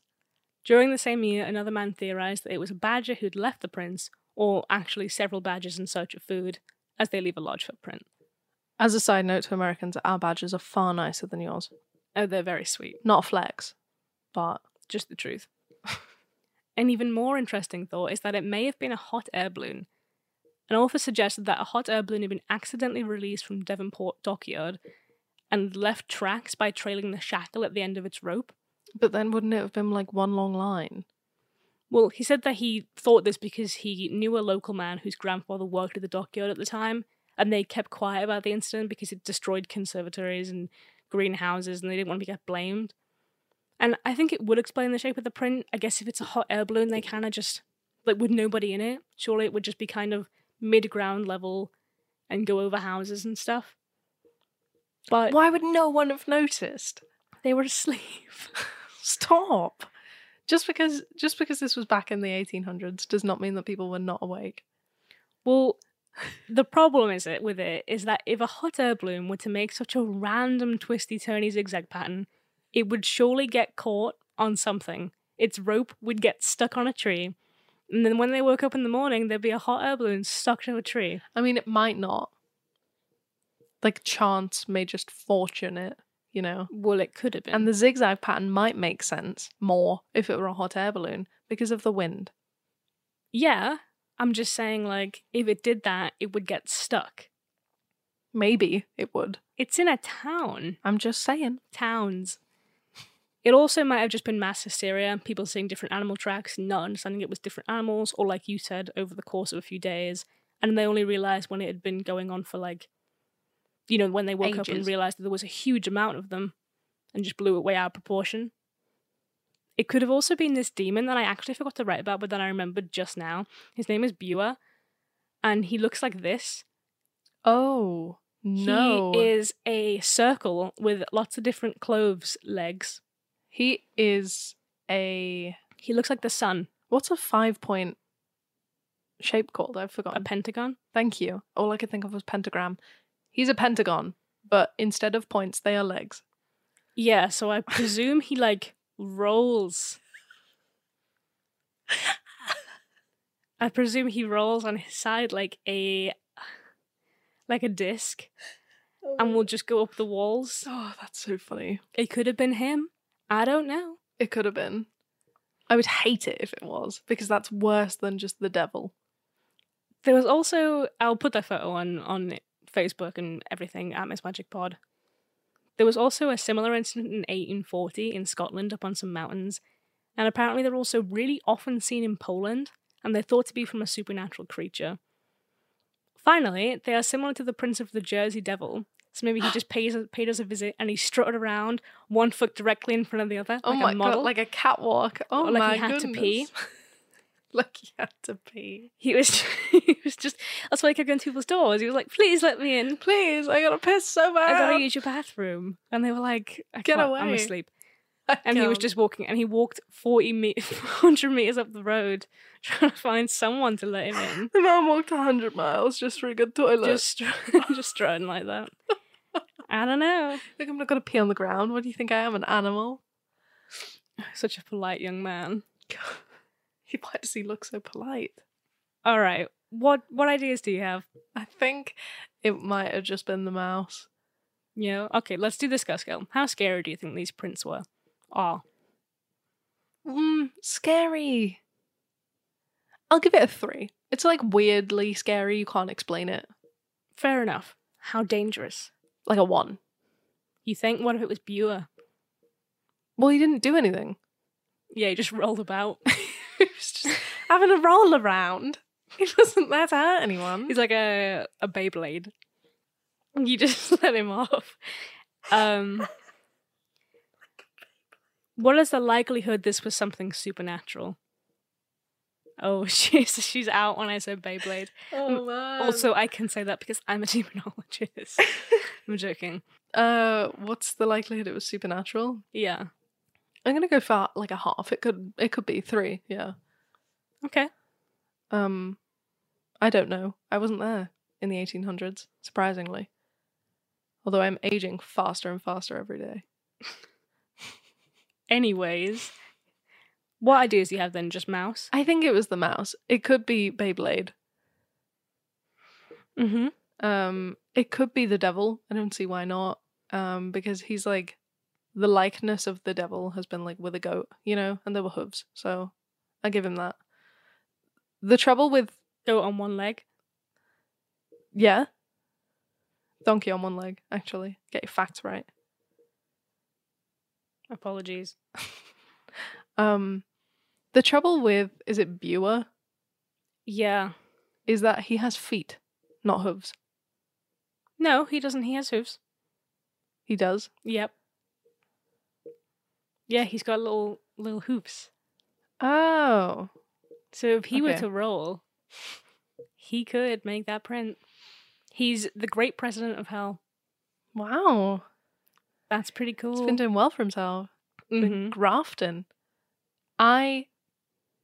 Speaker 3: During the same year, another man theorized that it was a badger who'd left the prince, or actually several badgers in search of food, as they leave a large footprint.
Speaker 2: As a side note to Americans, our badges are far nicer than yours.
Speaker 3: Oh, they're very sweet.
Speaker 2: Not a flex, but
Speaker 3: Just the truth. An even more interesting thought is that it may have been a hot air balloon. An author suggested that a hot air balloon had been accidentally released from Devonport Dockyard and left tracks by trailing the shackle at the end of its rope.
Speaker 2: but then wouldn't it have been like one long line?
Speaker 3: Well, he said that he thought this because he knew a local man whose grandfather worked at the dockyard at the time, and they kept quiet about the incident because it destroyed conservatories and greenhouses, and they didn't want to get blamed. And I think it would explain the shape of the print. I guess if it's a hot air balloon, they kind of just, like, with nobody in it, surely it would just be kind of mid ground level and go over houses and stuff. But
Speaker 2: Why would no one have noticed?
Speaker 3: they were asleep.
Speaker 2: Stop. Just because just because this was back in the 1800s does not mean that people were not awake.
Speaker 3: Well, the problem is it with it is that if a hot air balloon were to make such a random twisty turny zigzag pattern, it would surely get caught on something. Its rope would get stuck on a tree, and then when they woke up in the morning, there'd be a hot air balloon stuck to a tree.
Speaker 2: I mean, it might not. Like chance may just fortune it, you know.
Speaker 3: Well, it could have been.
Speaker 2: And the zigzag pattern might make sense more if it were a hot air balloon because of the wind.
Speaker 3: yeah, I'm just saying, like, if it did that, it would get stuck.
Speaker 2: Maybe it would.
Speaker 3: It's in a town.
Speaker 2: I'm just saying.
Speaker 3: towns. It also might have just been mass hysteria, people seeing different animal tracks and not understanding it was different animals, or like you said, over the course of a few days. And they only realised when it had been going on for like, you know, when they woke up and
Speaker 2: Ages.
Speaker 3: realised that there was a huge amount of them and just blew it way out of proportion. It could have also been this demon that I actually forgot to write about, but that I remembered just now. His name is Buer, and he looks like this.
Speaker 2: Oh, no.
Speaker 3: He is a circle with lots of different cloves legs.
Speaker 2: He is a
Speaker 3: He looks like the sun,
Speaker 2: what's a five point shape called? I've
Speaker 3: a
Speaker 2: forgotten.
Speaker 3: pentagon.
Speaker 2: Thank you. All I could think of was pentagram. He's a pentagon, but instead of points, they are legs.
Speaker 3: Yeah, so I presume he like rolls. I presume he rolls on his side like a like a disc and will just go up the walls.
Speaker 2: Oh, that's so funny.
Speaker 3: It could have been him. I don't know.
Speaker 2: It could have been. I would hate it if it was, because that's worse than just the devil.
Speaker 3: There was also I'll put that photo on on Facebook and everything at Miss Magic Pod. There was also a similar incident in 1840 in Scotland up on some mountains, and apparently they're also really often seen in Poland, and they're thought to be from a supernatural creature. Finally, they are similar to the Prince of the Jersey Devil, so maybe he just pays, paid us a visit and he strutted around, one foot directly in front of the other,
Speaker 2: Oh
Speaker 3: like
Speaker 2: my
Speaker 3: a model.
Speaker 2: god, like a catwalk. Oh
Speaker 3: Or like
Speaker 2: my
Speaker 3: he had to
Speaker 2: goodness.
Speaker 3: pee.
Speaker 2: like he had to pee.
Speaker 3: he was, he was just. That's why he kept going to people's doors. He was like, "Please let me in."
Speaker 2: Please, I gotta piss so
Speaker 3: I
Speaker 2: bad.
Speaker 3: gotta use your bathroom. And they were like, I
Speaker 2: Ah! Get
Speaker 3: can't, I'm
Speaker 2: away.
Speaker 3: asleep.
Speaker 2: I
Speaker 3: And he was
Speaker 2: can't.
Speaker 3: just walking, and he walked 40 me- 100 meters up the road trying to find someone to let him in.
Speaker 2: The man walked 100 miles just for a good toilet.
Speaker 3: Just, str- just strutting like that. I don't know.
Speaker 2: Think I'm not gonna pee on the ground? What do you think I am, an animal?
Speaker 3: Such a polite young man.
Speaker 2: He, why does he look so polite?
Speaker 3: All right. What what ideas do you have?
Speaker 2: I think it might have just been the mouse.
Speaker 3: You know, okay, let's do the Scott scale. How scary do you think these prints were? Oh,
Speaker 2: Mm, scary. I'll give it a three. It's like weirdly scary. You can't explain it.
Speaker 3: fair enough. How dangerous?
Speaker 2: Like a one.
Speaker 3: You think? What if it was Buer?
Speaker 2: Well, he didn't do anything.
Speaker 3: Yeah, he just rolled about.
Speaker 2: he was just having a roll around. He wasn't there to hurt anyone.
Speaker 3: He's like a a Beyblade. You just let him off. Um, what is the likelihood this was something supernatural? Oh, she's she's out when I said Beyblade.
Speaker 2: oh man.
Speaker 3: also, I can say that because I'm a demonologist. I'm joking.
Speaker 2: uh, what's the likelihood it was supernatural?
Speaker 3: Yeah.
Speaker 2: I'm gonna go for like a half. It could it could be three. Yeah.
Speaker 3: Okay.
Speaker 2: Um, I don't know. I wasn't there in the 1800s, surprisingly. Although I'm aging faster and faster every day.
Speaker 3: Anyways, what ideas do you have then? Just mouse.
Speaker 2: I think it was the mouse. It could be Beyblade.
Speaker 3: Mm-hmm.
Speaker 2: Um, it could be the devil. I don't see why not. Um, because he's like the likeness of the devil has been like with a goat, you know, and there were hooves, so I give him that. The trouble with
Speaker 3: Go on one leg.
Speaker 2: yeah, donkey on one leg. Actually, get your facts right.
Speaker 3: Apologies.
Speaker 2: Um, the trouble with is it Buer
Speaker 3: Yeah.
Speaker 2: is that he has feet, not hooves.
Speaker 3: No, he doesn't. He has hooves.
Speaker 2: He does.
Speaker 3: Yep. Yeah, he's got little little hoops.
Speaker 2: Oh,
Speaker 3: So if he were
Speaker 2: Okay.
Speaker 3: to roll, he could make that print. He's the great president of hell.
Speaker 2: wow.
Speaker 3: That's pretty cool.
Speaker 2: He's been Mm-hmm. doing well for himself.
Speaker 3: Mhm.
Speaker 2: Grafton. I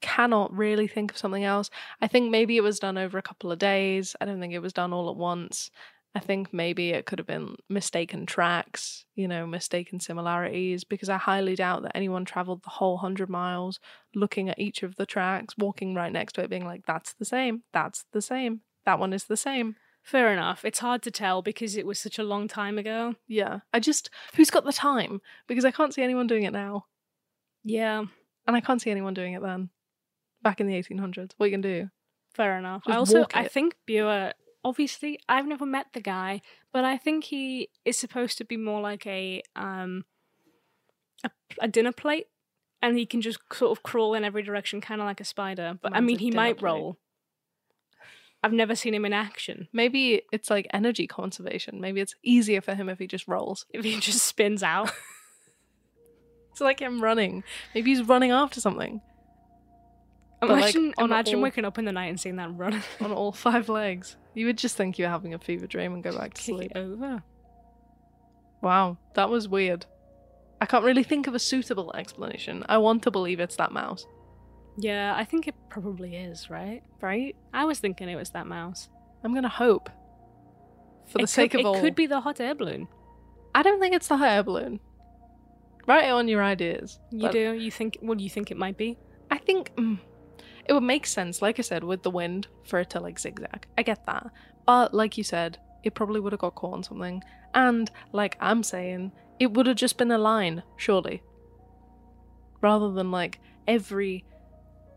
Speaker 2: cannot really think of something else. I think maybe it was done over a couple of days. I don't think it was done all at once. I think maybe it could have been mistaken tracks, you know, mistaken similarities, because I highly doubt that anyone traveled the whole 100 miles looking at each of the tracks, walking right next to it, being like, that's the same, that's the same, that one is the same.
Speaker 3: Fair enough. It's hard to tell because it was such a long time ago.
Speaker 2: Yeah. I just, who's got the time? Because I can't see anyone doing it now.
Speaker 3: Yeah,
Speaker 2: And I can't see anyone doing it then. Back in the 1800s. What are you going to do?
Speaker 3: fair enough. I
Speaker 2: Just
Speaker 3: also
Speaker 2: walk
Speaker 3: I
Speaker 2: it.
Speaker 3: think Buer obviously I've never met the guy, but I think he is supposed to be more like a um a, a dinner plate and he can just sort of crawl in every direction kind of like a spider. But I
Speaker 2: Mine's
Speaker 3: mean
Speaker 2: a
Speaker 3: he
Speaker 2: dinner
Speaker 3: might
Speaker 2: plate.
Speaker 3: roll. I've never seen him in action.
Speaker 2: Maybe it's like energy conservation. Maybe it's easier for him if he just rolls.
Speaker 3: If he just spins out.
Speaker 2: It's like him running. Maybe he's running after something But, like,
Speaker 3: imagine
Speaker 2: on
Speaker 3: imagine
Speaker 2: all-
Speaker 3: waking up in the night and seeing that run
Speaker 2: on all five legs. You would just think you were having a fever dream and go back to
Speaker 3: kick
Speaker 2: sleep.
Speaker 3: it over.
Speaker 2: Wow, that was weird. I can't really think of a suitable explanation. I want to believe it's that mouse,
Speaker 3: Yeah, I think it probably is, right?
Speaker 2: right?
Speaker 3: I was thinking it was that mouse.
Speaker 2: I'm gonna hope. For the
Speaker 3: it
Speaker 2: sake
Speaker 3: could,
Speaker 2: of all,
Speaker 3: it could be the hot air balloon.
Speaker 2: I don't think it's the hot air balloon. Write it on your ideas.
Speaker 3: You
Speaker 2: But-
Speaker 3: do? You think? What do you think it might be?
Speaker 2: I think mm, it would make sense, like I said, with the wind for it to like zigzag. I get that. But like you said, it probably would have got caught on something. And like I'm saying, it would have just been a line, surely. Rather than like every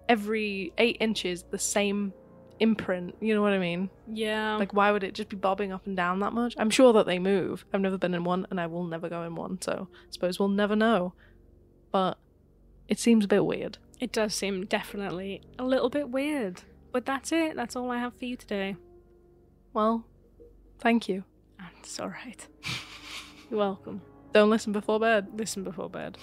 Speaker 2: every eight inches the same imprint, you know what I mean?
Speaker 3: Yeah.
Speaker 2: Like why would it just be bobbing up and down that much? I'm sure that they move. I've never been in one and I will never go in one, so I suppose we'll never know. But it seems a bit weird.
Speaker 3: it does seem definitely a little bit weird. But that's it. That's all I have for you today.
Speaker 2: Well, thank you.
Speaker 3: And it's all right. You're welcome.
Speaker 2: Don't listen before bed.
Speaker 3: Listen before bed.